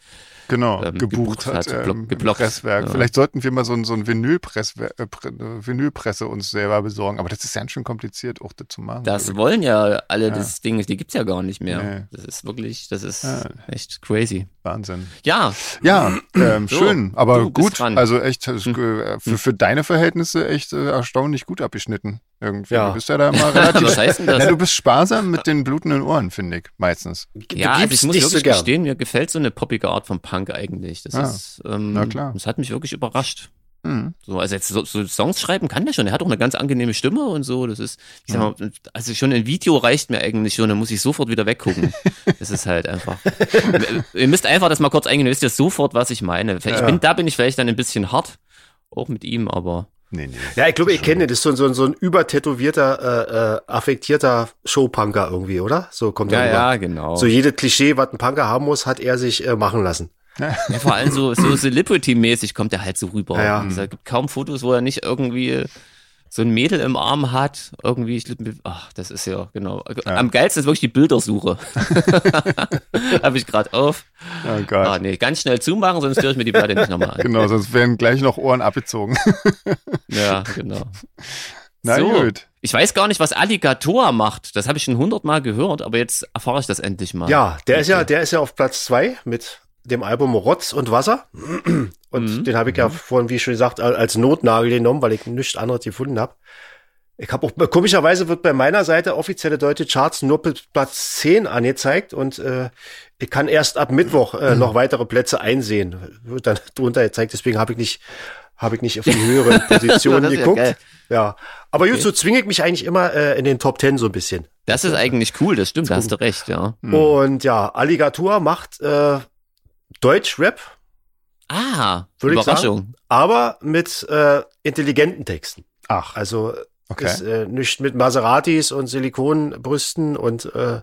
Genau, ähm, gebucht, gebucht hat, hat, geblo- ähm, im geblockt. Presswerk. Ja. Vielleicht sollten wir mal so ein, so ein Vinylpress, äh, Pre- äh, Vinylpresse uns selber besorgen, aber das ist ganz schön kompliziert, auch das zu machen. Das wollen ja alle, das Ding, die gibt's ja gar nicht mehr. Nee. Das ist wirklich, das ist Ja. echt crazy. Wahnsinn. Ja, Ja, ähm, So, schön, aber du bist gut. dran. Also echt, äh, für, für deine Verhältnisse echt äh, erstaunlich gut abgeschnitten. Irgendwie. Ja. Du bist ja da immer was relativ. heißt denn Na, das? du bist sparsam mit den blutenden Ohren, finde ich, meistens. Du Ja, also ich gibst muss nicht so wirklich gern. gestehen, mir gefällt so eine poppige Art von Punk eigentlich. Das Ah, ist, ähm, na klar. das hat mich wirklich überrascht. Hm. So, also jetzt so, so Songs schreiben kann der schon. Er hat auch eine ganz angenehme Stimme und so. Das ist, ich sag mal, also schon ein Video reicht mir eigentlich schon. Da muss ich sofort wieder weggucken. das ist halt einfach. Ihr müsst einfach das mal kurz eingehen. Ihr wisst ja sofort, was ich meine. Vielleicht, Ja. ich bin, da bin ich vielleicht dann ein bisschen hart. Auch mit ihm, aber. Nee, nee. Ja, ich glaube, ich kenne den. Das ist so, ein- so, ein- so ein übertätowierter, äh, äh, affektierter Showpunker irgendwie, oder? So kommt er rüber. genau. So jedes Klischee, was ein Punker haben muss, hat er sich äh, machen lassen. Ja, vor allem so, so Celebrity-mäßig kommt er halt so rüber. Ja, Mhm. ja. Wie gesagt, Es gibt kaum Fotos, wo er nicht irgendwie so ein Mädel im Arm hat. Irgendwie, ich, ach, das ist ja, genau. Am geilsten ist wirklich die Bildersuche. Habe ich gerade auf. Oh Gott. Ah, nee, ganz schnell zumachen, sonst höre ich mir die Platte nicht nochmal an. Genau, sonst werden gleich noch Ohren abgezogen. Ja, genau. Na gut. Ich weiß gar nicht, was Alligator macht. Das habe ich schon hundertmal gehört, aber jetzt erfahre ich das endlich mal. Ja, der ist ja, der ist ja auf Platz zwei mit dem Album Rotz und Wasser. Mhm. Und den habe ich ja vorhin, wie schon gesagt, als Notnagel genommen, weil ich nichts anderes gefunden habe. Ich habe auch komischerweise wird bei meiner Seite offizielle deutsche Charts nur bis Platz 10 angezeigt und äh, ich kann erst ab Mittwoch Mhm. äh, noch weitere Plätze einsehen. Wird dann drunter gezeigt, deswegen habe ich nicht habe ich nicht auf die höheren Positionen Das ist ja geguckt. Ja, geil. aber gut, Okay. so zwinge ich mich eigentlich immer äh, in den Top 10 so ein bisschen. Das ist eigentlich cool, das stimmt, da hast du recht, ja. Hm. Und ja, Alligator macht äh, Deutsch-Rap, Ah, Würde ich Überraschung. aber mit äh, intelligenten Texten. Ach, Also okay. Ist äh, nicht mit Maseratis und Silikonbrüsten und äh,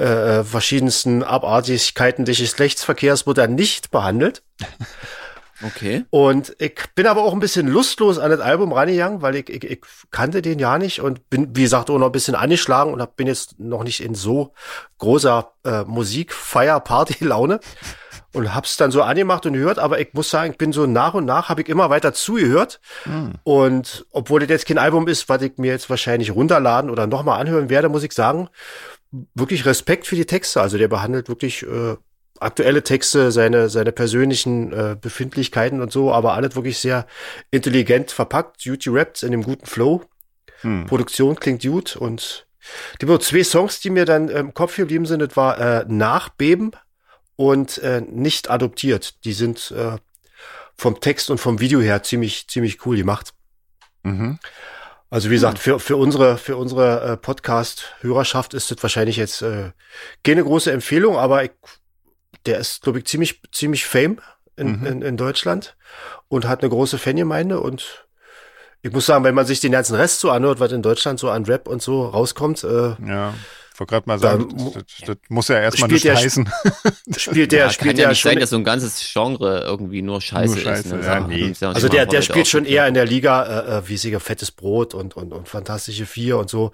äh, verschiedensten Abartigkeiten des Geschlechtsverkehrs wird er nicht behandelt. Okay. Und ich bin aber auch ein bisschen lustlos an das Album rangegangen, weil ich, ich, ich kannte den ja nicht und bin, wie gesagt, auch noch ein bisschen angeschlagen und hab, bin jetzt noch nicht in so großer äh, Musik-Feier-Party-Laune und hab's dann so angemacht und gehört. Aber ich muss sagen, ich bin so nach und nach, habe ich immer weiter zugehört. Hm. Und obwohl das jetzt kein Album ist, was ich mir jetzt wahrscheinlich runterladen oder nochmal anhören werde, muss ich sagen, wirklich Respekt für die Texte. Also der behandelt wirklich äh, aktuelle Texte, seine, seine persönlichen äh, Befindlichkeiten und so, aber alles wirklich sehr intelligent verpackt. Duty rappt in dem guten Flow. Hm. Produktion klingt gut und die nur zwei Songs, die mir dann im Kopf geblieben sind, das war äh, Nachbeben und äh, Nicht adoptiert. Die sind äh, vom Text und vom Video her ziemlich, ziemlich cool gemacht. Mhm. Also wie gesagt, für, für unsere, für unsere äh, Podcast-Hörerschaft ist das wahrscheinlich jetzt äh, keine große Empfehlung, aber ich, der ist, glaube ich, ziemlich, ziemlich fame in, Mhm. in, in Deutschland und hat eine große Fangemeinde und ich muss sagen, wenn man sich den ganzen Rest so anhört, was in Deutschland so an Rap und so rauskommt, äh, Ja. Ich wollte gerade mal sagen, Da das, mu- das, das muss ja erstmal nicht Spielt der heißen. spielt der, ja, kann spielt ja der nicht sein, schon, dass so ein ganzes Genre irgendwie nur Scheiße, Nur Scheiße, ist. Ne? ja, Sagen- nee. sagen wir also mal der, der heute spielt auch. schon eher in der Liga, äh, äh, wie sie fettes Brot und, und, und fantastische Vier und so,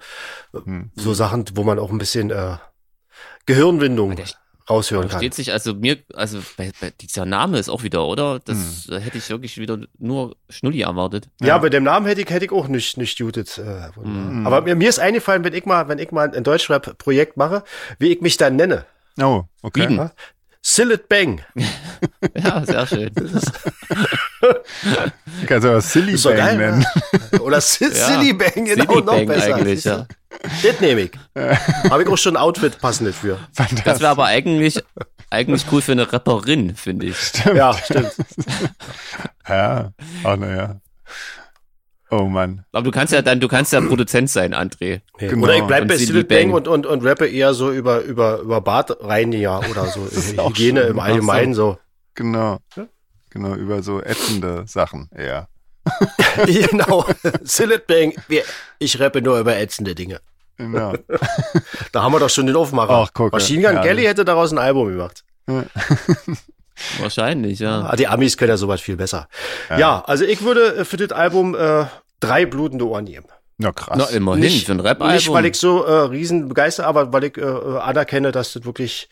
Hm. so Sachen, wo man auch ein bisschen äh, Gehirnwindung Aber der raushören kann. Versteht sich, also mir, also bei, bei, dieser Name ist auch wieder, oder? Das Hm. äh, hätte ich wirklich wieder nur Schnulli erwartet. Ja, bei dem Namen hätte ich, hätte ich auch nicht, nicht Judith. Äh, Mhm. Aber mir, mir ist eingefallen, wenn ich mal, wenn ich mal ein Deutschrap-Projekt mache, wie ich mich dann nenne. Oh, okay. Bieden. Sillet Bang. Ja, sehr schön. Ich kann es aber Silly Ist doch Bang geil. nennen. ne? Oder Sil Ja. Silly Bang, genau, Silly noch Bang besser. eigentlich, ja. Das nehme ich. Habe ich auch schon ein Outfit passend für. Das wäre aber eigentlich, eigentlich cool für eine Rapperin, finde ich. Ja, stimmt. Ja, oh, naja. Oh Mann. Aber du kannst ja dann, du kannst ja Produzent sein, André. Genau. Oder ich bleibe Und bei Silly Silly Bang, Bang. und, und, und rappe eher so über, über, über Bartreiniger oder so. ist auch Hygiene schön. im Allgemeinen so. Genau. Genau, über so ätzende Sachen eher. genau. Sillet Bang. Wir- Ich rappe nur über ätzende Dinge. Genau. Da haben wir doch schon den Aufmacher. Ach, guck, Machine Gun ja, Kelly das- hätte daraus ein Album gemacht. Wahrscheinlich, ja. Ah, die Amis können ja sowas viel besser. Ja, also ich würde äh, für das Album äh, drei blutende Ohren nehmen. Na Na, krass. immerhin, für ein Nicht, weil Rap-Album. ich so äh, riesen begeistert, aber weil ich äh, äh, anerkenne, dass das wirklich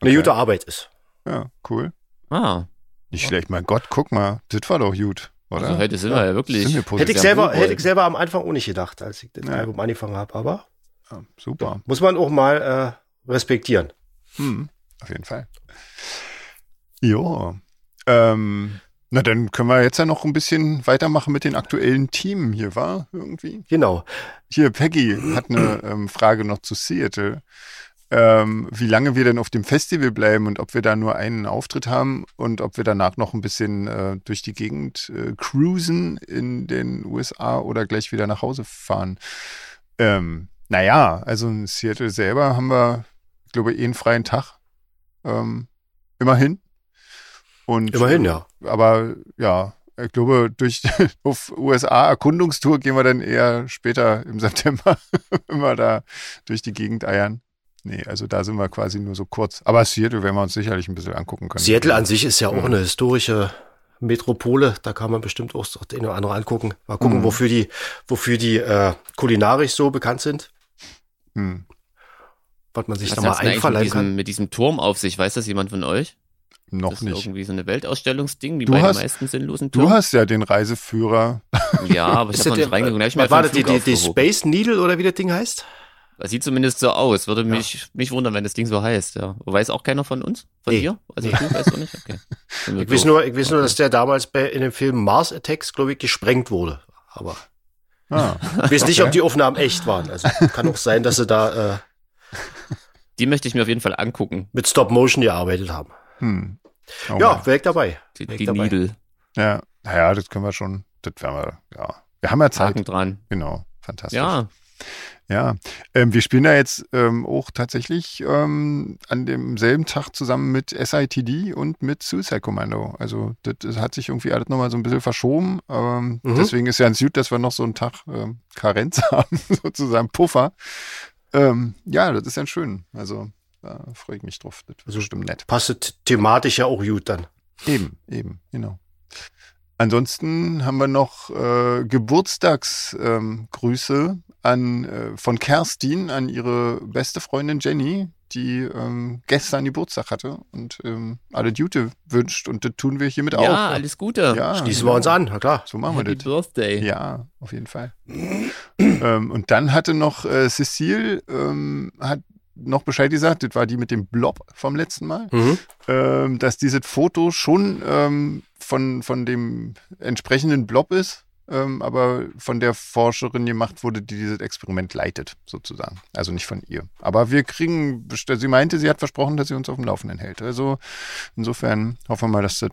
eine Okay. gute Arbeit ist. Ja, cool. Ah, Nicht schlecht. Mein Gott, guck mal. Das war doch gut, oder? also heute sind wir ja wirklich. Sind wir positiv. Hätte ich, sehr selber, wohlwollend. hätte ich selber am Anfang auch nicht gedacht, als ich das Ja. Album angefangen habe, aber Ja, super. muss man auch mal äh, respektieren. Hm, auf jeden Fall. Jo. Ähm, na, dann können wir jetzt ja noch ein bisschen weitermachen mit den aktuellen Themen hier, war irgendwie. Genau. Hier, Peggy hat eine ähm, Frage noch zu Seattle. Ähm, wie lange wir denn auf dem Festival bleiben und ob wir da nur einen Auftritt haben und ob wir danach noch ein bisschen äh, durch die Gegend äh, cruisen in den USA oder gleich wieder nach Hause fahren. Ähm, naja, also in Seattle selber haben wir, glaube ich, eh einen freien Tag. Ähm, immerhin. Und Immerhin, ja. aber ja, ich glaube, durch auf USA-Erkundungstour gehen wir dann eher später im September, wenn wir da durch die Gegend eiern. Nee, also da sind wir quasi nur so kurz. Aber Seattle werden wir uns sicherlich ein bisschen angucken können. Seattle genau. an sich ist ja Mhm. auch eine historische Metropole, da kann man bestimmt auch so den oder andere angucken. Mal gucken, Mhm. wofür die, wofür die äh, kulinarisch so bekannt sind, Hm. was man sich Was da mal hat's denn eigentlich mit einverleiben kann. diesem, mit diesem Turm auf sich? Weiß das jemand von euch? Noch das ist nicht. irgendwie so eine Weltausstellungsding, wie Du bei hast- den meisten sinnlosen Du Turm. hast ja den Reiseführer. Ja, aber ich Ist habe noch das nicht reingeguckt. Hab ich mir was war vom das, die, Flug die, die aufgehoben. Space Needle oder wie das Ding heißt? Das sieht zumindest so aus. Würde mich, mich wundern, wenn das Ding so heißt, ja. Weiß auch keiner von uns? Von Nee. dir? Also Nee. du weißt auch nicht? Okay. Sind wir Ich weiß doof. nur, ich weiß nur, Okay. dass der damals bei, in dem Film Mars Attacks, glaube ich, gesprengt wurde. Aber Ah, Ich weiß nicht, ob die Aufnahmen echt waren. Also kann auch sein, dass sie da äh, Die möchte ich mir auf jeden Fall angucken. mit Stop Motion gearbeitet haben. hm. Oh ja, Mann. wäre ich dabei. Die, Bin ich die dabei. Nidel. Ja, naja, das können wir schon. Das werden wir, ja. Wir haben ja Zeit. Haken dran. Genau, fantastisch. Ja, Ja, ähm, wir spielen da jetzt ähm, auch tatsächlich ähm, an demselben Tag zusammen mit SITD und mit Suicide Commando. Also das, ist- hat sich irgendwie alles nochmal so ein bisschen verschoben. Ähm, Mhm. Deswegen ist ja ganz gut, dass wir noch so einen Tag ähm, Karenz haben, sozusagen Puffer. Ähm, ja, das ist ja schön. Also da freue ich mich drauf. Das Also wird bestimmt nett. Passt th- thematisch ja auch gut dann. Eben, eben, genau. Ansonsten haben wir noch äh, Geburtstagsgrüße ähm, Grüße an, äh, von Kerstin an ihre beste Freundin Jenny, die ähm, gestern Geburtstag hatte und ähm, alle Jute wünscht und das tun wir hiermit auch. ja alles Gute. Schließen wir uns genau. an, na klar. So machen wir Happy das. Birthday. Ja, auf jeden Fall. ähm, und dann hatte noch äh, Cecile ähm, hat noch Bescheid gesagt, das war die mit dem Blob vom letzten Mal Mhm. ähm, dass dieses Foto schon ähm, von, von dem entsprechenden Blob ist, ähm, aber von der Forscherin gemacht wurde, die dieses Experiment leitet, sozusagen. Also nicht von ihr. Aber wir kriegen, best- sie meinte, sie hat versprochen, dass sie uns auf dem Laufenden hält. Also insofern hoffen wir mal, dass, das,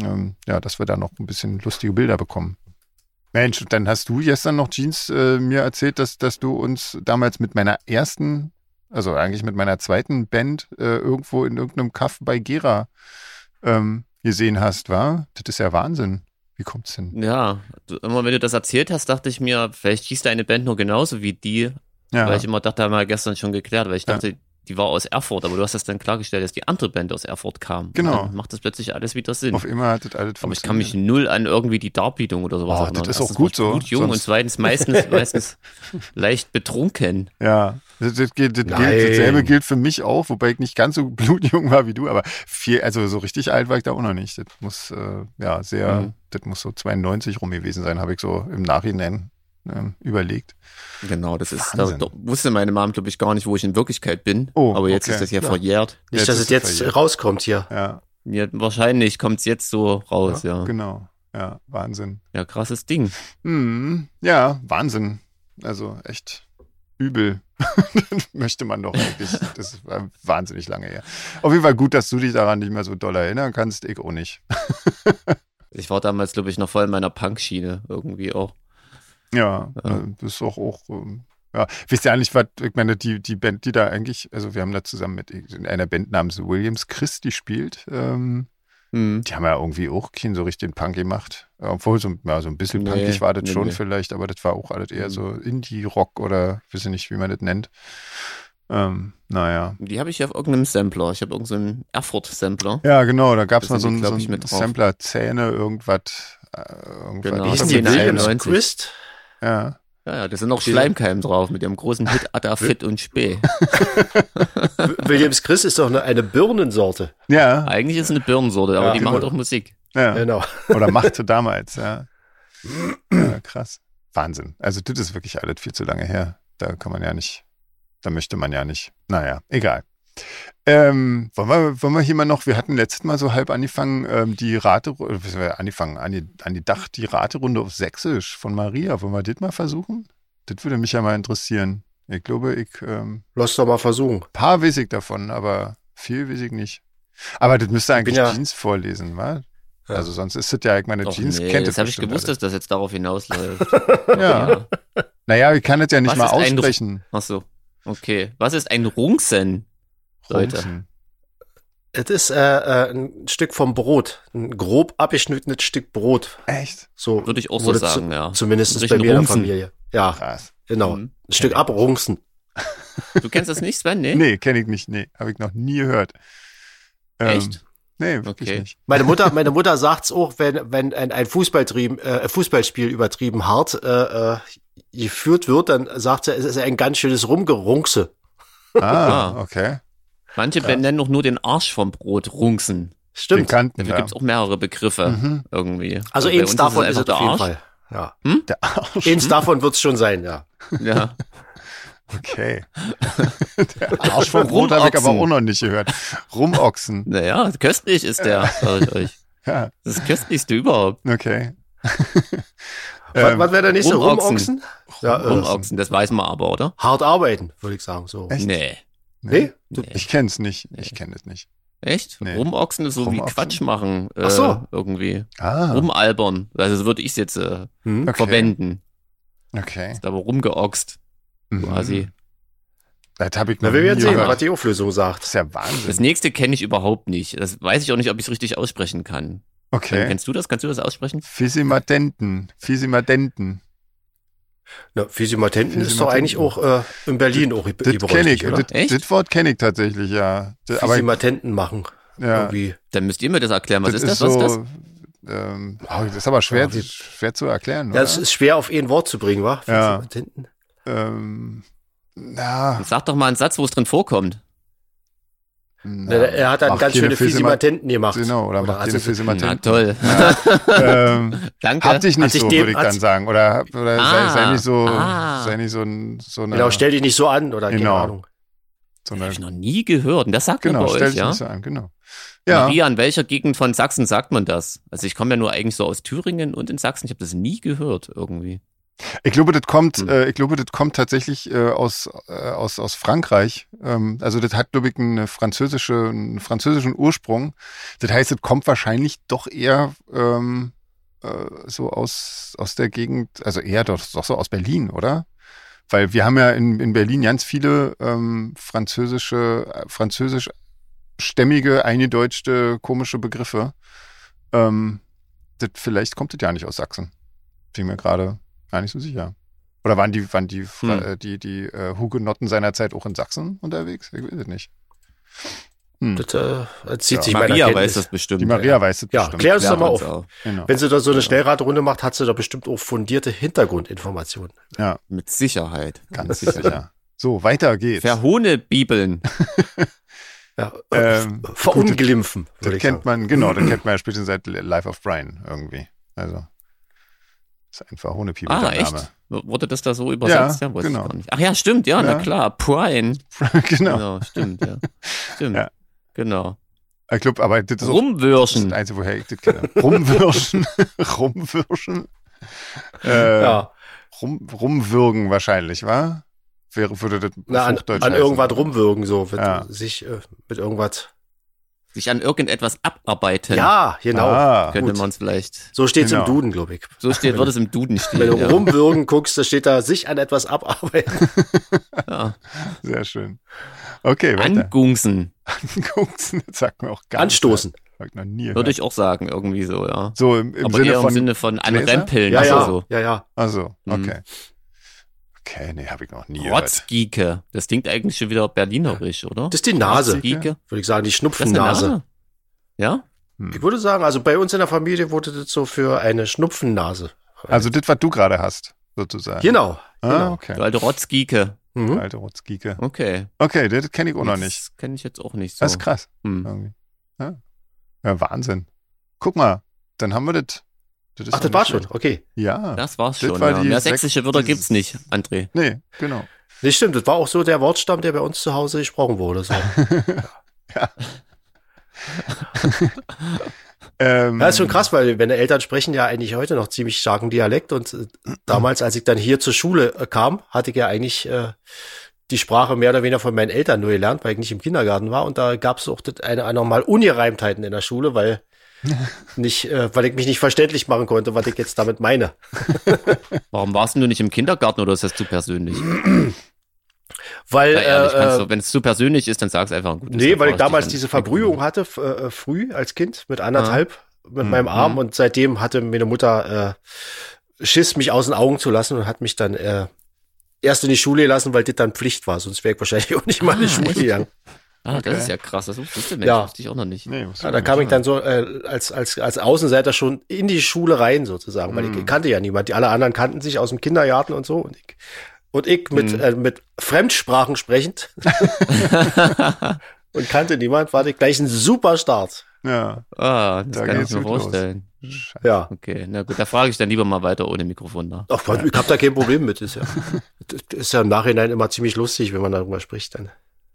ähm, ja, dass wir da noch ein bisschen lustige Bilder bekommen. Mensch, und dann hast du gestern noch Jeans äh, mir erzählt, dass, dass du uns damals mit meiner ersten also eigentlich mit meiner zweiten Band äh, irgendwo in irgendeinem Kaff bei Gera ähm, gesehen hast, war? Das ist ja Wahnsinn. Wie kommt's denn? Ja, du- immer wenn du das erzählt hast, dachte ich mir, vielleicht hieß deine Band nur genauso wie die, Ja, weil ich immer dachte, haben wir gestern schon geklärt, weil ich Ja. dachte, die war aus Erfurt, aber du hast das dann klargestellt, dass die andere Band aus Erfurt kam. Genau. Und dann macht das plötzlich alles wieder Sinn. auf immer hat das alles Aber ich kann mich null an irgendwie die Darbietung oder sowas Oh, erinnern. das ist auch Erstens gut war so, ich Gut jung und sonst- zweitens meistens, meistens leicht betrunken. Ja, das, das, gilt- das Nein. gilt, dasselbe gilt für mich auch, wobei ich nicht ganz so blutjung war wie du, aber viel, also so richtig alt war ich da auch noch nicht. Das muss äh, ja sehr, Mhm. das muss so 92 rum gewesen sein, habe ich so im Nachhinein ähm, überlegt. Genau, das ist, da, Wahnsinn. da wusste meine Mom, glaube ich, gar nicht, wo ich in Wirklichkeit bin. Oh, aber jetzt okay. ist das ja, Ja. verjährt. Nicht, Jetzt dass ist es sie jetzt verjährt. rauskommt hier. Ja, Ja, wahrscheinlich kommt's jetzt so raus, ja. genau. Ja, Wahnsinn. Ja, krasses Ding. Hm, ja, Wahnsinn. Also echt übel. Das möchte man doch eigentlich. Das war wahnsinnig lange her. Auf jeden Fall gut, dass du dich daran nicht mehr so doll erinnern kannst. Ich auch nicht. Ich war damals, glaube ich, noch voll in meiner Punk-Schiene irgendwie auch. Ja, Ja. äh, das ist auch, auch ähm, ja, wisst ihr eigentlich, was, ich meine, die, die Band, die da eigentlich, also wir haben da zusammen mit in einer Band namens Williams Chris, die spielt, ähm, Hm. die haben ja irgendwie auch keinen so richtigen Punk gemacht. Obwohl, so, ja, so ein bisschen Nee, punkig war das nee, schon nee. vielleicht, aber das war auch alles eher Mhm. so Indie-Rock oder, weiß ich nicht, wie man das nennt. Ähm, naja. Die habe ich auf irgendeinem Sampler. Ich habe irgendeinen Erfurt-Sampler. Ja, genau, da gab es Da mal so sind die, ein, glaub so ich, ein mit drauf. Sampler, Zähne, irgendwas. Äh, irgendwas Genau. Wie Ja, hießen das die ist Zähne. 91. Williams Quist? Ja. Ja, ja, da sind auch Schleimkeim drauf mit ihrem großen Hit Ada Fit und Spee. W- Williams Chris ist doch eine, eine Birnensorte. Ja, Eigentlich ist es eine Birnensorte, aber Ja, die genau. machen doch Musik. ja. Genau. Oder machte damals, ja. ja. Krass. Wahnsinn. Also, das ist wirklich alles viel zu lange her. Da kann man ja nicht, da möchte man ja nicht. Naja, egal. Ähm, wollen, wir, wollen wir hier mal noch, wir hatten letztes Mal so halb angefangen, ähm, die Rate, äh, was haben wir angefangen, ange- angedacht, die Raterunde auf Sächsisch von Maria. Wollen wir das mal versuchen? Das würde mich ja mal interessieren. Ich glaube, ich, ähm, Lass doch mal versuchen. paar weiß ich davon, aber viel weiß ich nicht. Aber das müsste eigentlich ja- Jeans vorlesen, wa? Ja. Also sonst ist das ja, ich meine, Doch, Jeans nee, kennt das das habe ich bestimmt gewusst, alles. dass das jetzt darauf hinausläuft. Ja. Naja, ich kann das ja nicht Was mal ist ein aussprechen. Ach so. Okay. Was ist ein Runzen? Leute. Rumsen. Es ist äh, äh, ein Stück vom Brot. Ein grob abgeschnittenes Stück Brot. Echt? So Würde ich auch so Wurde sagen, ja. zumindest Richtig bei mir in der Rumsen. Familie. Ja, Krass. genau. Mhm. Ein Stück abrunzen. Du kennst das nicht, Sven? Nee? Nee, kenne ich nicht. Nee, habe ich noch nie gehört. Ähm, Echt? Nee, wirklich Okay. nicht. Meine Mutter, meine Mutter sagt's auch, wenn, wenn ein, ein Fußballtrieb, äh, Fußballspiel übertrieben hart äh, äh, geführt wird, dann sagt sie, es ist ein ganz schönes Rumgerunze. Ah, Ah. okay. Manche benennen doch nur den Arsch vom Brot Runzen. Den Stimmt. kannten Dafür wir. gibt's auch mehrere Begriffe Mhm. irgendwie. Also bei eins uns davon ist es einfach auf jeden der Hm? Fall. Ja. Der Arsch. Eins davon wird's schon sein, ja. Ja. Okay. Der Arsch vom Brot habe ich aber Rumochsen. auch noch nicht gehört. Rumochsen. Naja, köstlich ist der, sag ich euch. Ja, Das ist das köstlichste überhaupt. okay. was was wäre der nächste? Rumochsen. Rumochsen? Ja, äh, Rumochsen, das weiß man aber, oder? hart arbeiten, würde ich sagen. So. Echt? Nee. Nee? Du, nee. Ich kenn's nicht. Ich kenne es nicht. Echt? Nee. Rumochsen ist so wie Rumochsen? Quatsch machen. Äh, Ach so. Irgendwie. Ah, Rumalbern. Also so würde ich es jetzt äh, Hm? okay. verwenden. Okay. Ist aber rumgeoxt Mhm. quasi. Das habe ich Na, noch wir werden nie sehen, gehört. was die Auflösung Das sagt. ist ja Das Wahnsinn. nächste kenne ich überhaupt nicht. Das weiß ich auch nicht, ob ich es richtig aussprechen kann. Okay. Kennst du das? Kannst du das aussprechen? Physimadenten. Physimadenten. Na, Physimatenten ist doch Physimatenten. eigentlich auch äh, in Berlin auch Das kenne ich. Das, Echt? das Wort kenne ich tatsächlich, ja. Das, äh, aber ich, Physimatenten machen. ja, Irgendwie. Dann müsst ihr mir das erklären. Was ist das? Was so. ist das? Ähm, oh, das ist aber schwer, Ja, die- schwer zu erklären. Ja, das oder? ist schwer auf ein Wort zu bringen, wa? Ja. Physimatenten. ähm, na, Sag doch mal einen Satz, wo es drin vorkommt. na, Na, Ne, er hat dann mach ganz keine schöne Physimat- Physimatenten gemacht. Genau, oder, macht keine also- Na Physimatenten. toll. ähm, Danke. hab dich Hat nicht sich so, dem- würde ich hat dann sich- sagen. Oder, hab- oder sei, sei Ah, nicht so, ah. sei nicht so, ein, so eine, Genau, stell dich nicht so an oder Genau. keine Ahnung. so Hab eine ich noch nie gehört. Und das sagt genau, man bei stell euch, dich ja? nicht so an, genau. Ja, Maria, in welcher Gegend von Sachsen sagt man das? Also ich komme ja nur eigentlich so aus Thüringen und in Sachsen. Ich habe das nie gehört irgendwie. ich glaube, das kommt, Hm. äh, ich glaube, das kommt tatsächlich äh, aus, äh, aus, aus Frankreich. Ähm, also das hat, glaube ich, eine französische, einen französischen Ursprung. Das heißt, es kommt wahrscheinlich doch eher ähm, äh, so aus, aus der Gegend, also eher doch, doch so aus Berlin, oder? Weil wir haben ja in, in Berlin ganz viele ähm, französische, äh, französischstämmige, eingedeutschte, komische Begriffe. Ähm, das, vielleicht kommt das ja nicht aus Sachsen. Bin mir gerade gar nicht so sicher. Oder waren die, waren die, Fra- Hm. äh, die, die äh, Hugenotten seinerzeit auch in Sachsen unterwegs? Ich weiß es nicht. Hm. Das, äh, das zieht Ja. sich meine Maria weiß Erkenntnis. das bestimmt. Die Maria weiß es Ja, bestimmt. klär Ja, uns doch mal auf. Genau. Wenn sie da so eine Schnellradrunde macht, hat sie da bestimmt auch fundierte Hintergrundinformationen. Mit Sicherheit. Ganz sicher. So, weiter geht's. Verhohne Bibeln. Ja, äh, Ähm, verunglimpfen, würde Das ich kennt sagen. man, genau, das kennt man ja spätestens seit Life of Brian irgendwie. Also, ist einfach ohne Piep Ah, der echt? Name. W- Wurde das da so übersetzt? Ja, weiß ich genau. gar nicht. Ach ja, stimmt, ja, Ja. na klar. Prime. genau. Genau, stimmt, ja. Stimmt. Ja. Genau. Ich glaube, aber das ist auch das, ist das Rumwürschen. Einzige, woher ich das kenne. Rumwirschen. rumwirschen. Äh, Ja, rum, rumwürgen wahrscheinlich, wa? Wäre, würde das na, auf an, Hochdeutsch an heißen. irgendwas rumwürgen, so, wenn also. Ja. sich äh, mit irgendwas. Sich an irgendetwas abarbeiten. Ja, genau. Ah, Könnte gut. man es vielleicht. So steht es Genau. im Duden, glaube ich. So steht, wird es im Duden Wenn stehen. du Ja. rumwürgen guckst, da steht da sich an etwas abarbeiten. Ja. sehr schön. Okay, weiter. Angunsen, Angucken, das sagt mir auch gar nichts. Anstoßen. Hab ich noch nie würde gehört. ich auch sagen, irgendwie so, ja. So, im, im Aber Sinne eher im von Sinne von Gläser? anrempeln, Ja, also ja, so. ja, ja. Also, Mhm. okay. Okay, nee, habe ich noch nie gehört. Rotzgieke. Das klingt eigentlich schon wieder berlinerisch, oder? Das ist die Nase, Rotzig. Rotzgieke. würde ich sagen, die Das ist eine Schnupfennase. Nase. Ja? Hm. Ich würde sagen, also bei uns in der Familie wurde das so für eine Schnupfennase. Also das, was du gerade hast, sozusagen. Genau. Ah, genau. okay. Du alte Rotzgieke. Du Mhm. Alte Rotzgieke. Okay. Okay, das kenne ich auch noch nicht. Das kenne ich jetzt auch nicht so. Das ist krass. Hm. Irgendwie. Ja. ja, Wahnsinn. Guck mal, dann haben wir das. das ist doch Ach, das nicht war schlecht. schon, okay. Ja. Das war's Das schon. war ja. die Mehr sech- sächsische Wörter dieses- gibt's nicht, André. Nee, genau. Nee, stimmt, das war auch so der Wortstamm, der bei uns zu Hause gesprochen wurde. So. Ähm, Ja, ist schon krass, weil meine Eltern sprechen ja eigentlich heute noch ziemlich starken Dialekt und äh, damals, als ich dann hier zur Schule äh, kam, hatte ich ja eigentlich äh, die Sprache mehr oder weniger von meinen Eltern nur gelernt, weil ich nicht im Kindergarten war und da gab es auch das eine andere Mal Ungereimtheiten in der Schule, weil nicht, äh, weil ich mich nicht verständlich machen konnte, was ich jetzt damit meine. Warum warst denn du nicht im Kindergarten oder ist das zu persönlich? Weil, Sei ehrlich, kannst äh, du, wenn es zu persönlich ist, dann sag's einfach. Gut, Nee, weil ich damals diese Verbrühung hatte, f- äh, früh als Kind mit anderthalb mit Mhm. meinem Arm und seitdem hatte meine Mutter äh, Schiss, mich aus den Augen zu lassen und hat mich dann äh, erst in die Schule gelassen, weil das dann Pflicht war, sonst wäre ich wahrscheinlich auch nicht mal in die Ah, Schule echt? gegangen. Ah, Okay. das ist ja krass. Das wusste Mensch, Ja. wusste ich auch noch nicht. Nee, was Ja, da kam ich dann so äh, als, als, als Außenseiter schon in die Schule rein sozusagen, weil ich Mhm. kannte ja niemand. Die alle anderen kannten sich aus dem Kindergarten und so und ich, und ich mit, Mhm. äh, mit Fremdsprachen sprechend und kannte niemand, war ich gleich ein super Start. Ja. Ah, das Da kann ich geht's mir gut los. vorstellen. Mhm. Scheiße. Ja. Okay, na gut, da frage ich dann lieber mal weiter ohne Mikrofon nach. Ach, Gott, ich habe da kein Problem mit. Ist ja, das ist ja im Nachhinein immer ziemlich lustig, wenn man darüber spricht. Dann.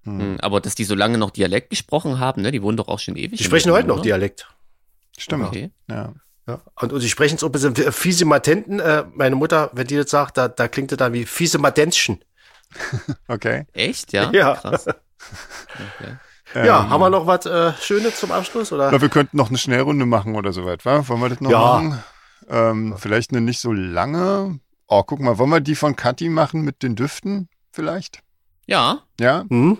Hm. Hm, Aber dass die so lange Genau, noch Dialekt gesprochen haben, ne, die wohnen doch auch schon ewig. Die in sprechen Berlin, heute noch oder? Dialekt. Stimmt. Okay. Ja. Ja. Und, und sie sprechen es auch ein bisschen fiese Matenten. Äh, meine Mutter, wenn die das sagt, da, da klingt es dann wie fiese Matentchen. Okay. Echt? Ja? Ja. Krass. Okay. Ähm. Ja, haben wir noch was äh, Schönes zum Abschluss? Oder? Na, wir könnten noch eine Schnellrunde machen oder so weit, wa? Wollen wir das noch Ja. machen? Ähm, Vielleicht eine nicht so lange. Oh, guck mal, wollen wir die von Kathi machen mit den Düften vielleicht? Ja, Ja? Hm?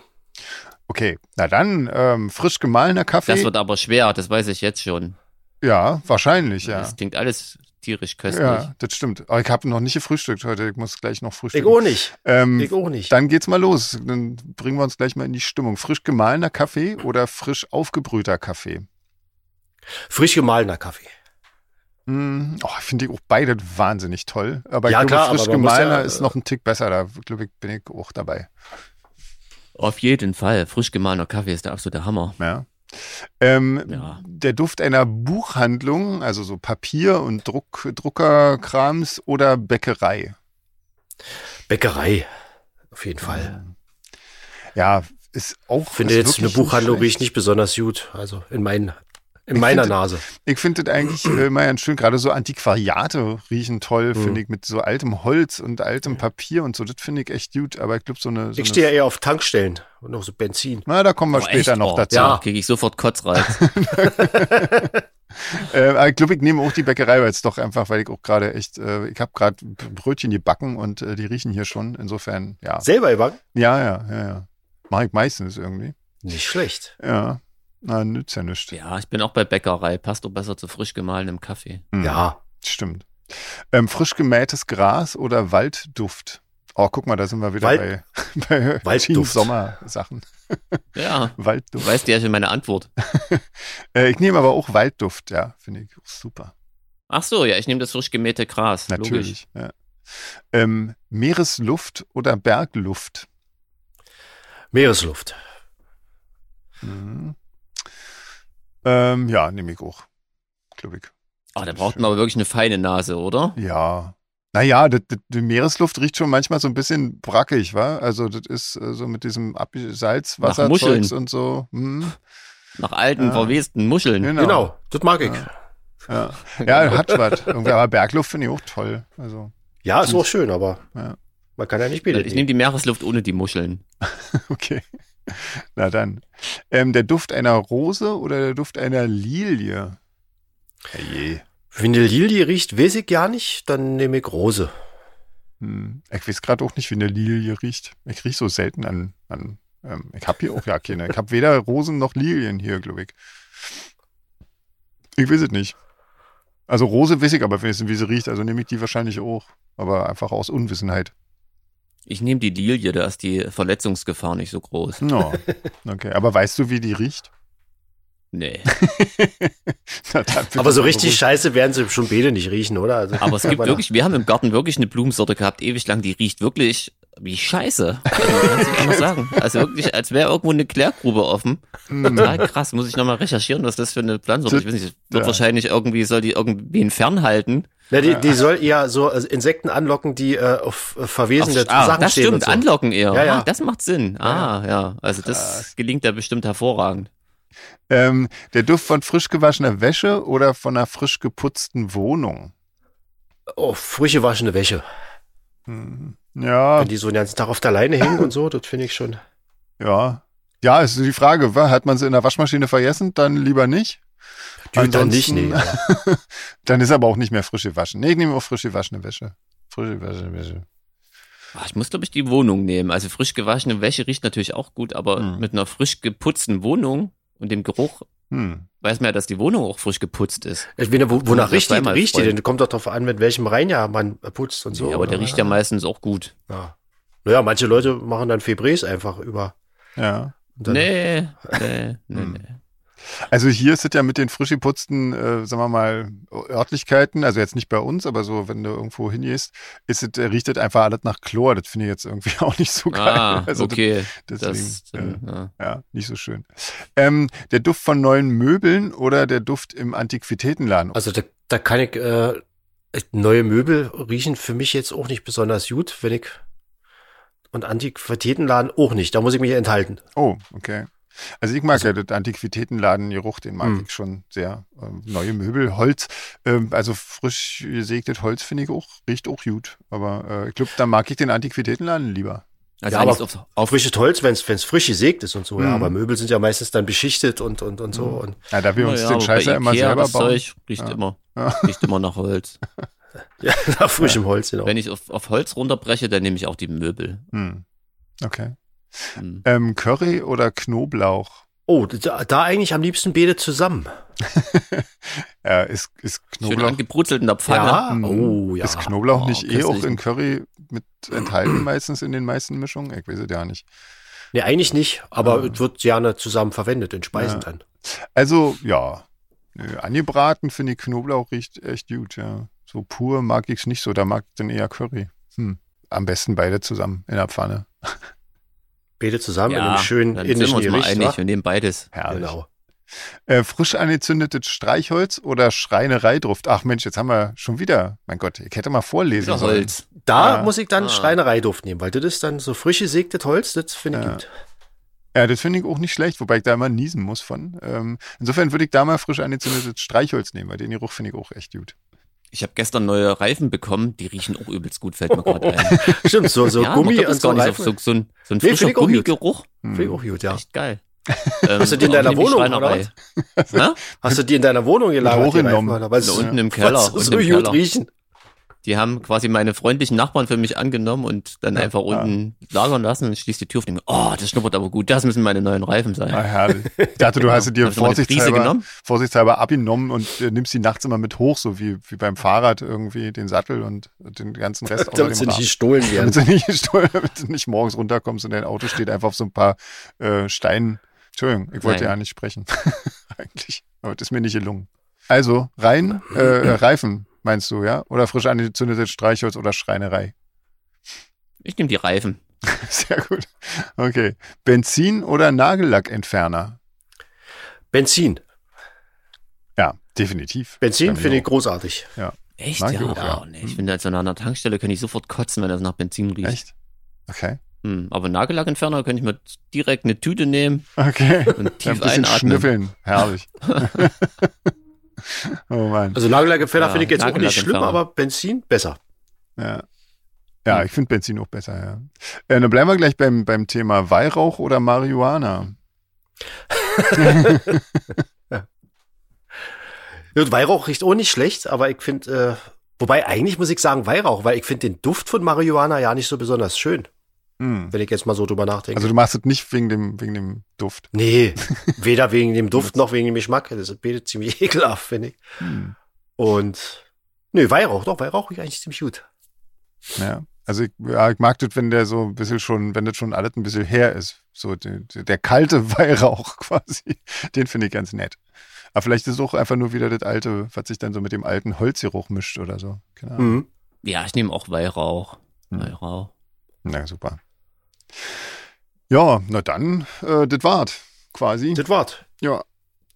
Okay. Na dann, ähm, frisch gemahlener das Kaffee. wird aber schwer, das weiß ich jetzt schon. ja, wahrscheinlich, ja. Das klingt alles tierisch köstlich. Ja, das stimmt. Aber ich habe noch nicht gefrühstückt heute. Ich muss gleich noch Ich frühstücken. auch nicht. Ähm, Ich auch nicht. Dann geht's mal los. Dann bringen wir uns gleich mal in die Stimmung. Frisch gemahlener Kaffee oder frisch aufgebrühter Kaffee? Frisch gemahlener Kaffee. Mm, Oh, finde ich auch beide wahnsinnig toll. Aber Ja, ich glaube, klar, frisch aber man muss gemahlener ja, ist äh, noch ein Tick besser. Da glaube ich, bin ich auch dabei. Auf jeden Fall. Frisch gemahlener Kaffee ist der absolute Hammer. Ja. Ähm, Ja. Der Duft einer Buchhandlung, also so Papier- und Druck, Druckerkrams oder Bäckerei. Bäckerei. Auf jeden Fall. Ja, ist auch. Ich finde ist jetzt eine wirklich Buchhandlung nicht schlecht. riecht nicht besonders gut. Also in, meinen, in meiner finde- Nase. Ich finde das eigentlich äh, immer ganz schön. Gerade so Antiquariate riechen toll, Mhm. finde ich, mit so altem Holz und altem Papier und so. Das finde ich echt gut. Aber ich glaube, so eine. So Ich eine- stehe ja eher auf Tankstellen und noch so Benzin. Na, da kommen wir Oh, später echt? noch Oh, dazu. Ja, kriege ich sofort Kotzreiz. Äh, aber ich glaube, ich nehme auch die Bäckerei weil es doch einfach, weil ich auch gerade echt, äh, ich habe gerade Brötchen gebacken und äh, die riechen hier schon. Insofern, ja. Selber gebacken? Ja, ja, ja, ja. Mache ich meistens irgendwie. Nicht schlecht. Ja. Na, nützt ja nichts. ja, ich bin auch bei Bäckerei. Passt doch besser zu frisch gemahlenem Kaffee. Hm, Ja. Stimmt. Ähm, frisch gemähtes Gras oder Waldduft? Oh, guck mal, da sind wir wieder Wald- bei, bei Waldduft. Team Sommer-Sachen. Ja, du Waldduft. weißt ja schon meine Antwort. Äh, ich nehme aber auch Waldduft, ja, finde ich auch super. Ach so, ja, ich nehme das frisch gemähte Gras. Logisch. Natürlich. Ja. Ähm, Meeresluft oder Bergluft? Meeresluft. Mhm. Ähm, ja, nehme ich auch. Glaube ich. Oh, da braucht man aber wirklich eine feine Nase, oder? Ja. Naja, das- das- die Meeresluft riecht schon manchmal so ein bisschen brackig, wa? Also das ist äh, so mit diesem Ab Salzwasserzeugs Muscheln. und so. Hm, Nach alten, Ja. verwesten Muscheln. genau. Genau. Das mag ich. Ja, Ja, ja hat was. Irgendwie, Aber Bergluft finde ich auch toll. Also, ist auch schön, aber Ja. man kann ja nicht Also Ich bilden. nehme die Meeresluft ohne die Muscheln. okay. Na dann. Ähm, der Duft einer Rose oder der Duft einer Lilie? Herrje. Wenn eine Lilie riecht, weiß ich ja nicht, dann nehme ich Rose. Hm. Ich weiß gerade auch nicht, wie eine Lilie riecht. Ich rieche so selten an. an ähm, ich habe hier auch ja keine. Ich habe weder Rosen noch Lilien hier, glaube ich. Ich weiß es nicht. Also Rose weiß ich aber wenigstens, wie sie riecht. Also nehme ich die wahrscheinlich auch. Aber einfach aus Unwissenheit. Ich nehme die Lilie, da ist die Verletzungsgefahr nicht so groß. No. Okay. Aber weißt du, wie die riecht? Nee. Na, dann bin Aber ich so richtig beruhigt. scheiße werden sie schon Bede nicht riechen, oder? Also, Aber es kann gibt man- wirklich, wir haben im Garten wirklich eine Blumensorte gehabt, ewig lang, die riecht wirklich wie Scheiße. Also, kannst du nicht anders sagen. Also wirklich, als wäre irgendwo eine Klärgrube offen. Hm. Total krass, muss ich nochmal recherchieren, was das für eine Pflanzensorte ist. Ich weiß nicht, wird Ja. wahrscheinlich irgendwie, soll die irgendwen fernhalten. Na, die, die soll eher so äh, Insekten anlocken, die äh, auf äh, verwesende ah, Sachen das stehen. stimmt, und so. anlocken eher. Ja, ja. Ah, das macht Sinn. Ah, ja. Also das gelingt da bestimmt hervorragend. Ähm, der Duft von frisch gewaschener Wäsche oder von einer frisch geputzten Wohnung? Oh, frische waschende Wäsche. Ja, Wenn die so den ganzen Tag auf der Leine hängen und so, das finde ich schon. ja. Ja, ist die Frage, wa? hat man sie in der Waschmaschine vergessen? Dann lieber nicht. Die dann nicht, Ansonsten- nee. aber- Dann ist aber auch nicht mehr frisch gewaschen. Nee, ich nehme auch frisch gewaschene Wäsche. Frisch gewaschene Wäsche. Ah, Ich muss, glaube ich, die Wohnung nehmen. Also frisch gewaschene Wäsche riecht natürlich auch gut, aber Hm. mit einer frisch geputzten Wohnung und dem Geruch Hm. weiß man ja, dass die Wohnung auch frisch geputzt ist. Ich meine, wo- wonach Das riecht die, war mal riecht die Freund. denn? Kommt doch drauf an, mit welchem Reinjahr man putzt und so. ja, aber der oder? riecht ja meistens auch gut. Ja. Naja, manche Leute machen dann Febrés einfach über. Ja. Und dann- nee, nee, nee, nee. Also hier ist es ja mit den frisch geputzten, äh, sagen wir mal, Örtlichkeiten, also jetzt nicht bei uns, aber so, wenn du irgendwo hingehst, ist es, äh, riecht es einfach alles nach Chlor. Das finde ich jetzt irgendwie auch nicht so geil. Ah, also das- okay. deswegen, Das, ähm, ja. dann, ja. Ja, nicht so schön. Ähm, der Duft von neuen Möbeln oder der Duft im Antiquitätenladen? Also da, da kann ich äh, neue Möbel riechen für mich jetzt auch nicht besonders gut, wenn ich und Antiquitätenladen auch nicht. Da muss ich mich enthalten. Oh, okay. Also ich mag ja den Antiquitätenladen-Geruch, den Hm. mag ich schon sehr. Ähm, neue Möbel, Holz, ähm, also frisch gesegnet Holz finde ich auch, riecht auch gut. Aber äh, ich glaube, da mag ich den Antiquitätenladen lieber. Also Ja, eigentlich aber- aufs- Auf frisches Holz, wenn es frisch gesägt ist und so, ja. Mhm. Aber Möbel sind ja meistens dann beschichtet und, und, und so. Und Ja, da wir uns Ja, den aber Scheiß bei ja immer Ikea, selber das bauen. Zeug riecht immer, riecht immer nach Holz. ja, nach frischem Holz, genau. Wenn ich auf, auf Holz runterbreche, dann nehme ich auch die Möbel. Hm. Okay. Hm. Ähm, Curry oder Knoblauch? Oh, da, da eigentlich am liebsten beide zusammen. Äh, ist, ist Schön Knoblauch, angebrutzelt in der Pfanne. Ja, Mhm. oh ja. ist Knoblauch Oh, nicht eh kannst auch nicht- in Curry mit enthalten meistens in den meisten Mischungen? Ich weiß es ja nicht. Nee, eigentlich nicht, aber Ja. es wird gerne zusammen verwendet in Speisen Ja. dann. Also, ja. Nö, angebraten finde ich Knoblauch riecht echt gut, ja. So pur mag ich es nicht so, da mag ich dann eher Curry. Hm. Am besten beide zusammen in der Pfanne. Beide zusammen in Ja, einem schönen dann sind wir indischen uns mal Gericht. einig, wa? wir nehmen beides. Herrlich. Genau. Äh, frisch angezündetes Streichholz oder Schreinereidruft? Ach Mensch, jetzt haben wir schon wieder. Mein Gott, ich hätte mal vorlesen Wieder sollen. Holz. Da Ah. muss ich dann Ah. Schreinereiduft nehmen, weil das ist dann so frisch gesägtes Holz, das finde ich Ja. gut. Ja, das finde ich auch nicht schlecht, wobei ich da immer niesen muss von. Ähm, insofern würde ich da mal frisch angezündetes Streichholz nehmen, weil den Geruch finde ich auch echt gut. Ich habe gestern neue Reifen bekommen, die riechen auch übelst gut, fällt mir gerade ein. Stimmt, so, so ja, man Gummi glaubt und es so gar nicht, Reifen. so, so, so ein, so ein Nee, frischer find ich auch gut. Gummigeruch. Hm. Finde ich auch gut, ja. Echt geil. Ähm, Hast du die in und auch deiner nicht die Wohnung, oder Schreinerei. Na? Hast du die in deiner Wohnung gelagert? die Hochgenommen. Reifen, oder was? Da unten im Keller, Was unten so im gut Keller. riechen. Die haben quasi meine freundlichen Nachbarn für mich angenommen und dann einfach unten lagern lassen und ich schließe die Tür auf und denke, oh, das schnuppert aber gut, das müssen meine neuen Reifen sein. Ah, herrlich. Ich dachte, du hast sie dir Genau. Hast du mal eine Prise vorsichtshalber, genommen? vorsichtshalber abgenommen und äh, nimmst sie nachts immer mit hoch, so wie, wie beim Fahrrad irgendwie den Sattel und den ganzen Rest außer Damit sie dem nicht Rad. gestohlen Damit werden. du nicht, gestohlen- damit du nicht morgens runterkommst und dein Auto steht einfach auf so ein paar äh, Steinen. Entschuldigung, ich wollte Nein. ja nicht sprechen. Eigentlich. Aber das ist mir nicht gelungen. Also, rein, äh, äh, Reifen, meinst du, ja? Oder frisch angezündetes Streichholz oder Schreinerei. Ich nehme die Reifen. Sehr gut. Okay. Benzin oder Nagellackentferner? Benzin. Ja, definitiv. Benzin Bei mir finde ich auch. großartig. Echt? Mag ich ja. auch, ja. oh, nee. Ich finde, als an einer Tankstelle könnte ich sofort kotzen, wenn das nach Benzin riecht. Echt? Okay. Hm, aber Nagellackentferner könnte ich mir direkt eine Tüte nehmen Okay. und Ein tief bisschen einatmen. schnüffeln. Herrlich. oh Mann. Also Nagellackentferner Ja, finde ich jetzt auch nicht schlimm, Nagellackentferner. aber Benzin besser. Ja, ja ich finde Benzin auch besser, ja. Äh, dann bleiben wir gleich beim, beim Thema Weihrauch oder Marihuana. Ja, und Weihrauch riecht auch nicht schlecht, aber ich finde, äh, wobei eigentlich muss ich sagen Weihrauch, weil ich finde den Duft von Marihuana ja nicht so besonders schön, Hm. wenn ich jetzt mal so drüber nachdenke. Also du machst es nicht wegen dem, wegen dem Duft. nee, weder wegen dem Duft noch wegen dem Geschmack. Das ist beide ziemlich ekelhaft, finde ich. Hm. Und nee, Weihrauch, doch, Weihrauch riecht eigentlich ziemlich gut. Ja. Also ich, ja, ich mag das, wenn der so ein bisschen schon, wenn das schon alles ein bisschen her ist. So der, der kalte Weihrauch quasi. Den finde ich ganz nett. Aber vielleicht ist es auch einfach nur wieder das alte, was sich dann so mit dem alten Holzgeruch mischt oder so. Keine Ahnung. Mhm. Ja, ich nehme auch Weihrauch. Hm. Weihrauch. Hm. Na super. Ja, na dann, äh, das war's quasi. Das Wort. Ja,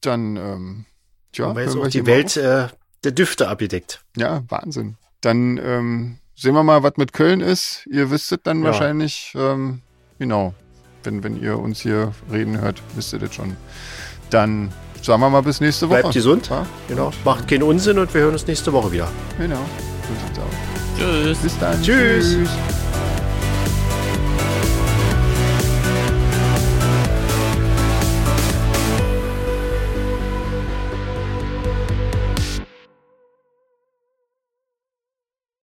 dann, ähm, tja, Haben wir jetzt hören auch hier die mal Welt äh, der Düfte abgedeckt. auf. Ja, Wahnsinn. Dann ähm, sehen wir mal, was mit Köln ist. Ihr wisstet dann Ja. wahrscheinlich, ähm, genau, wenn, wenn ihr uns hier reden hört, wisst ihr das schon. Dann sagen wir mal bis nächste Woche. Bleibt gesund. Ja, Genau. Macht keinen Unsinn und wir hören uns nächste Woche wieder. genau. So sieht's aus. Tschüss. Bis dann. Tschüss. Tschüss.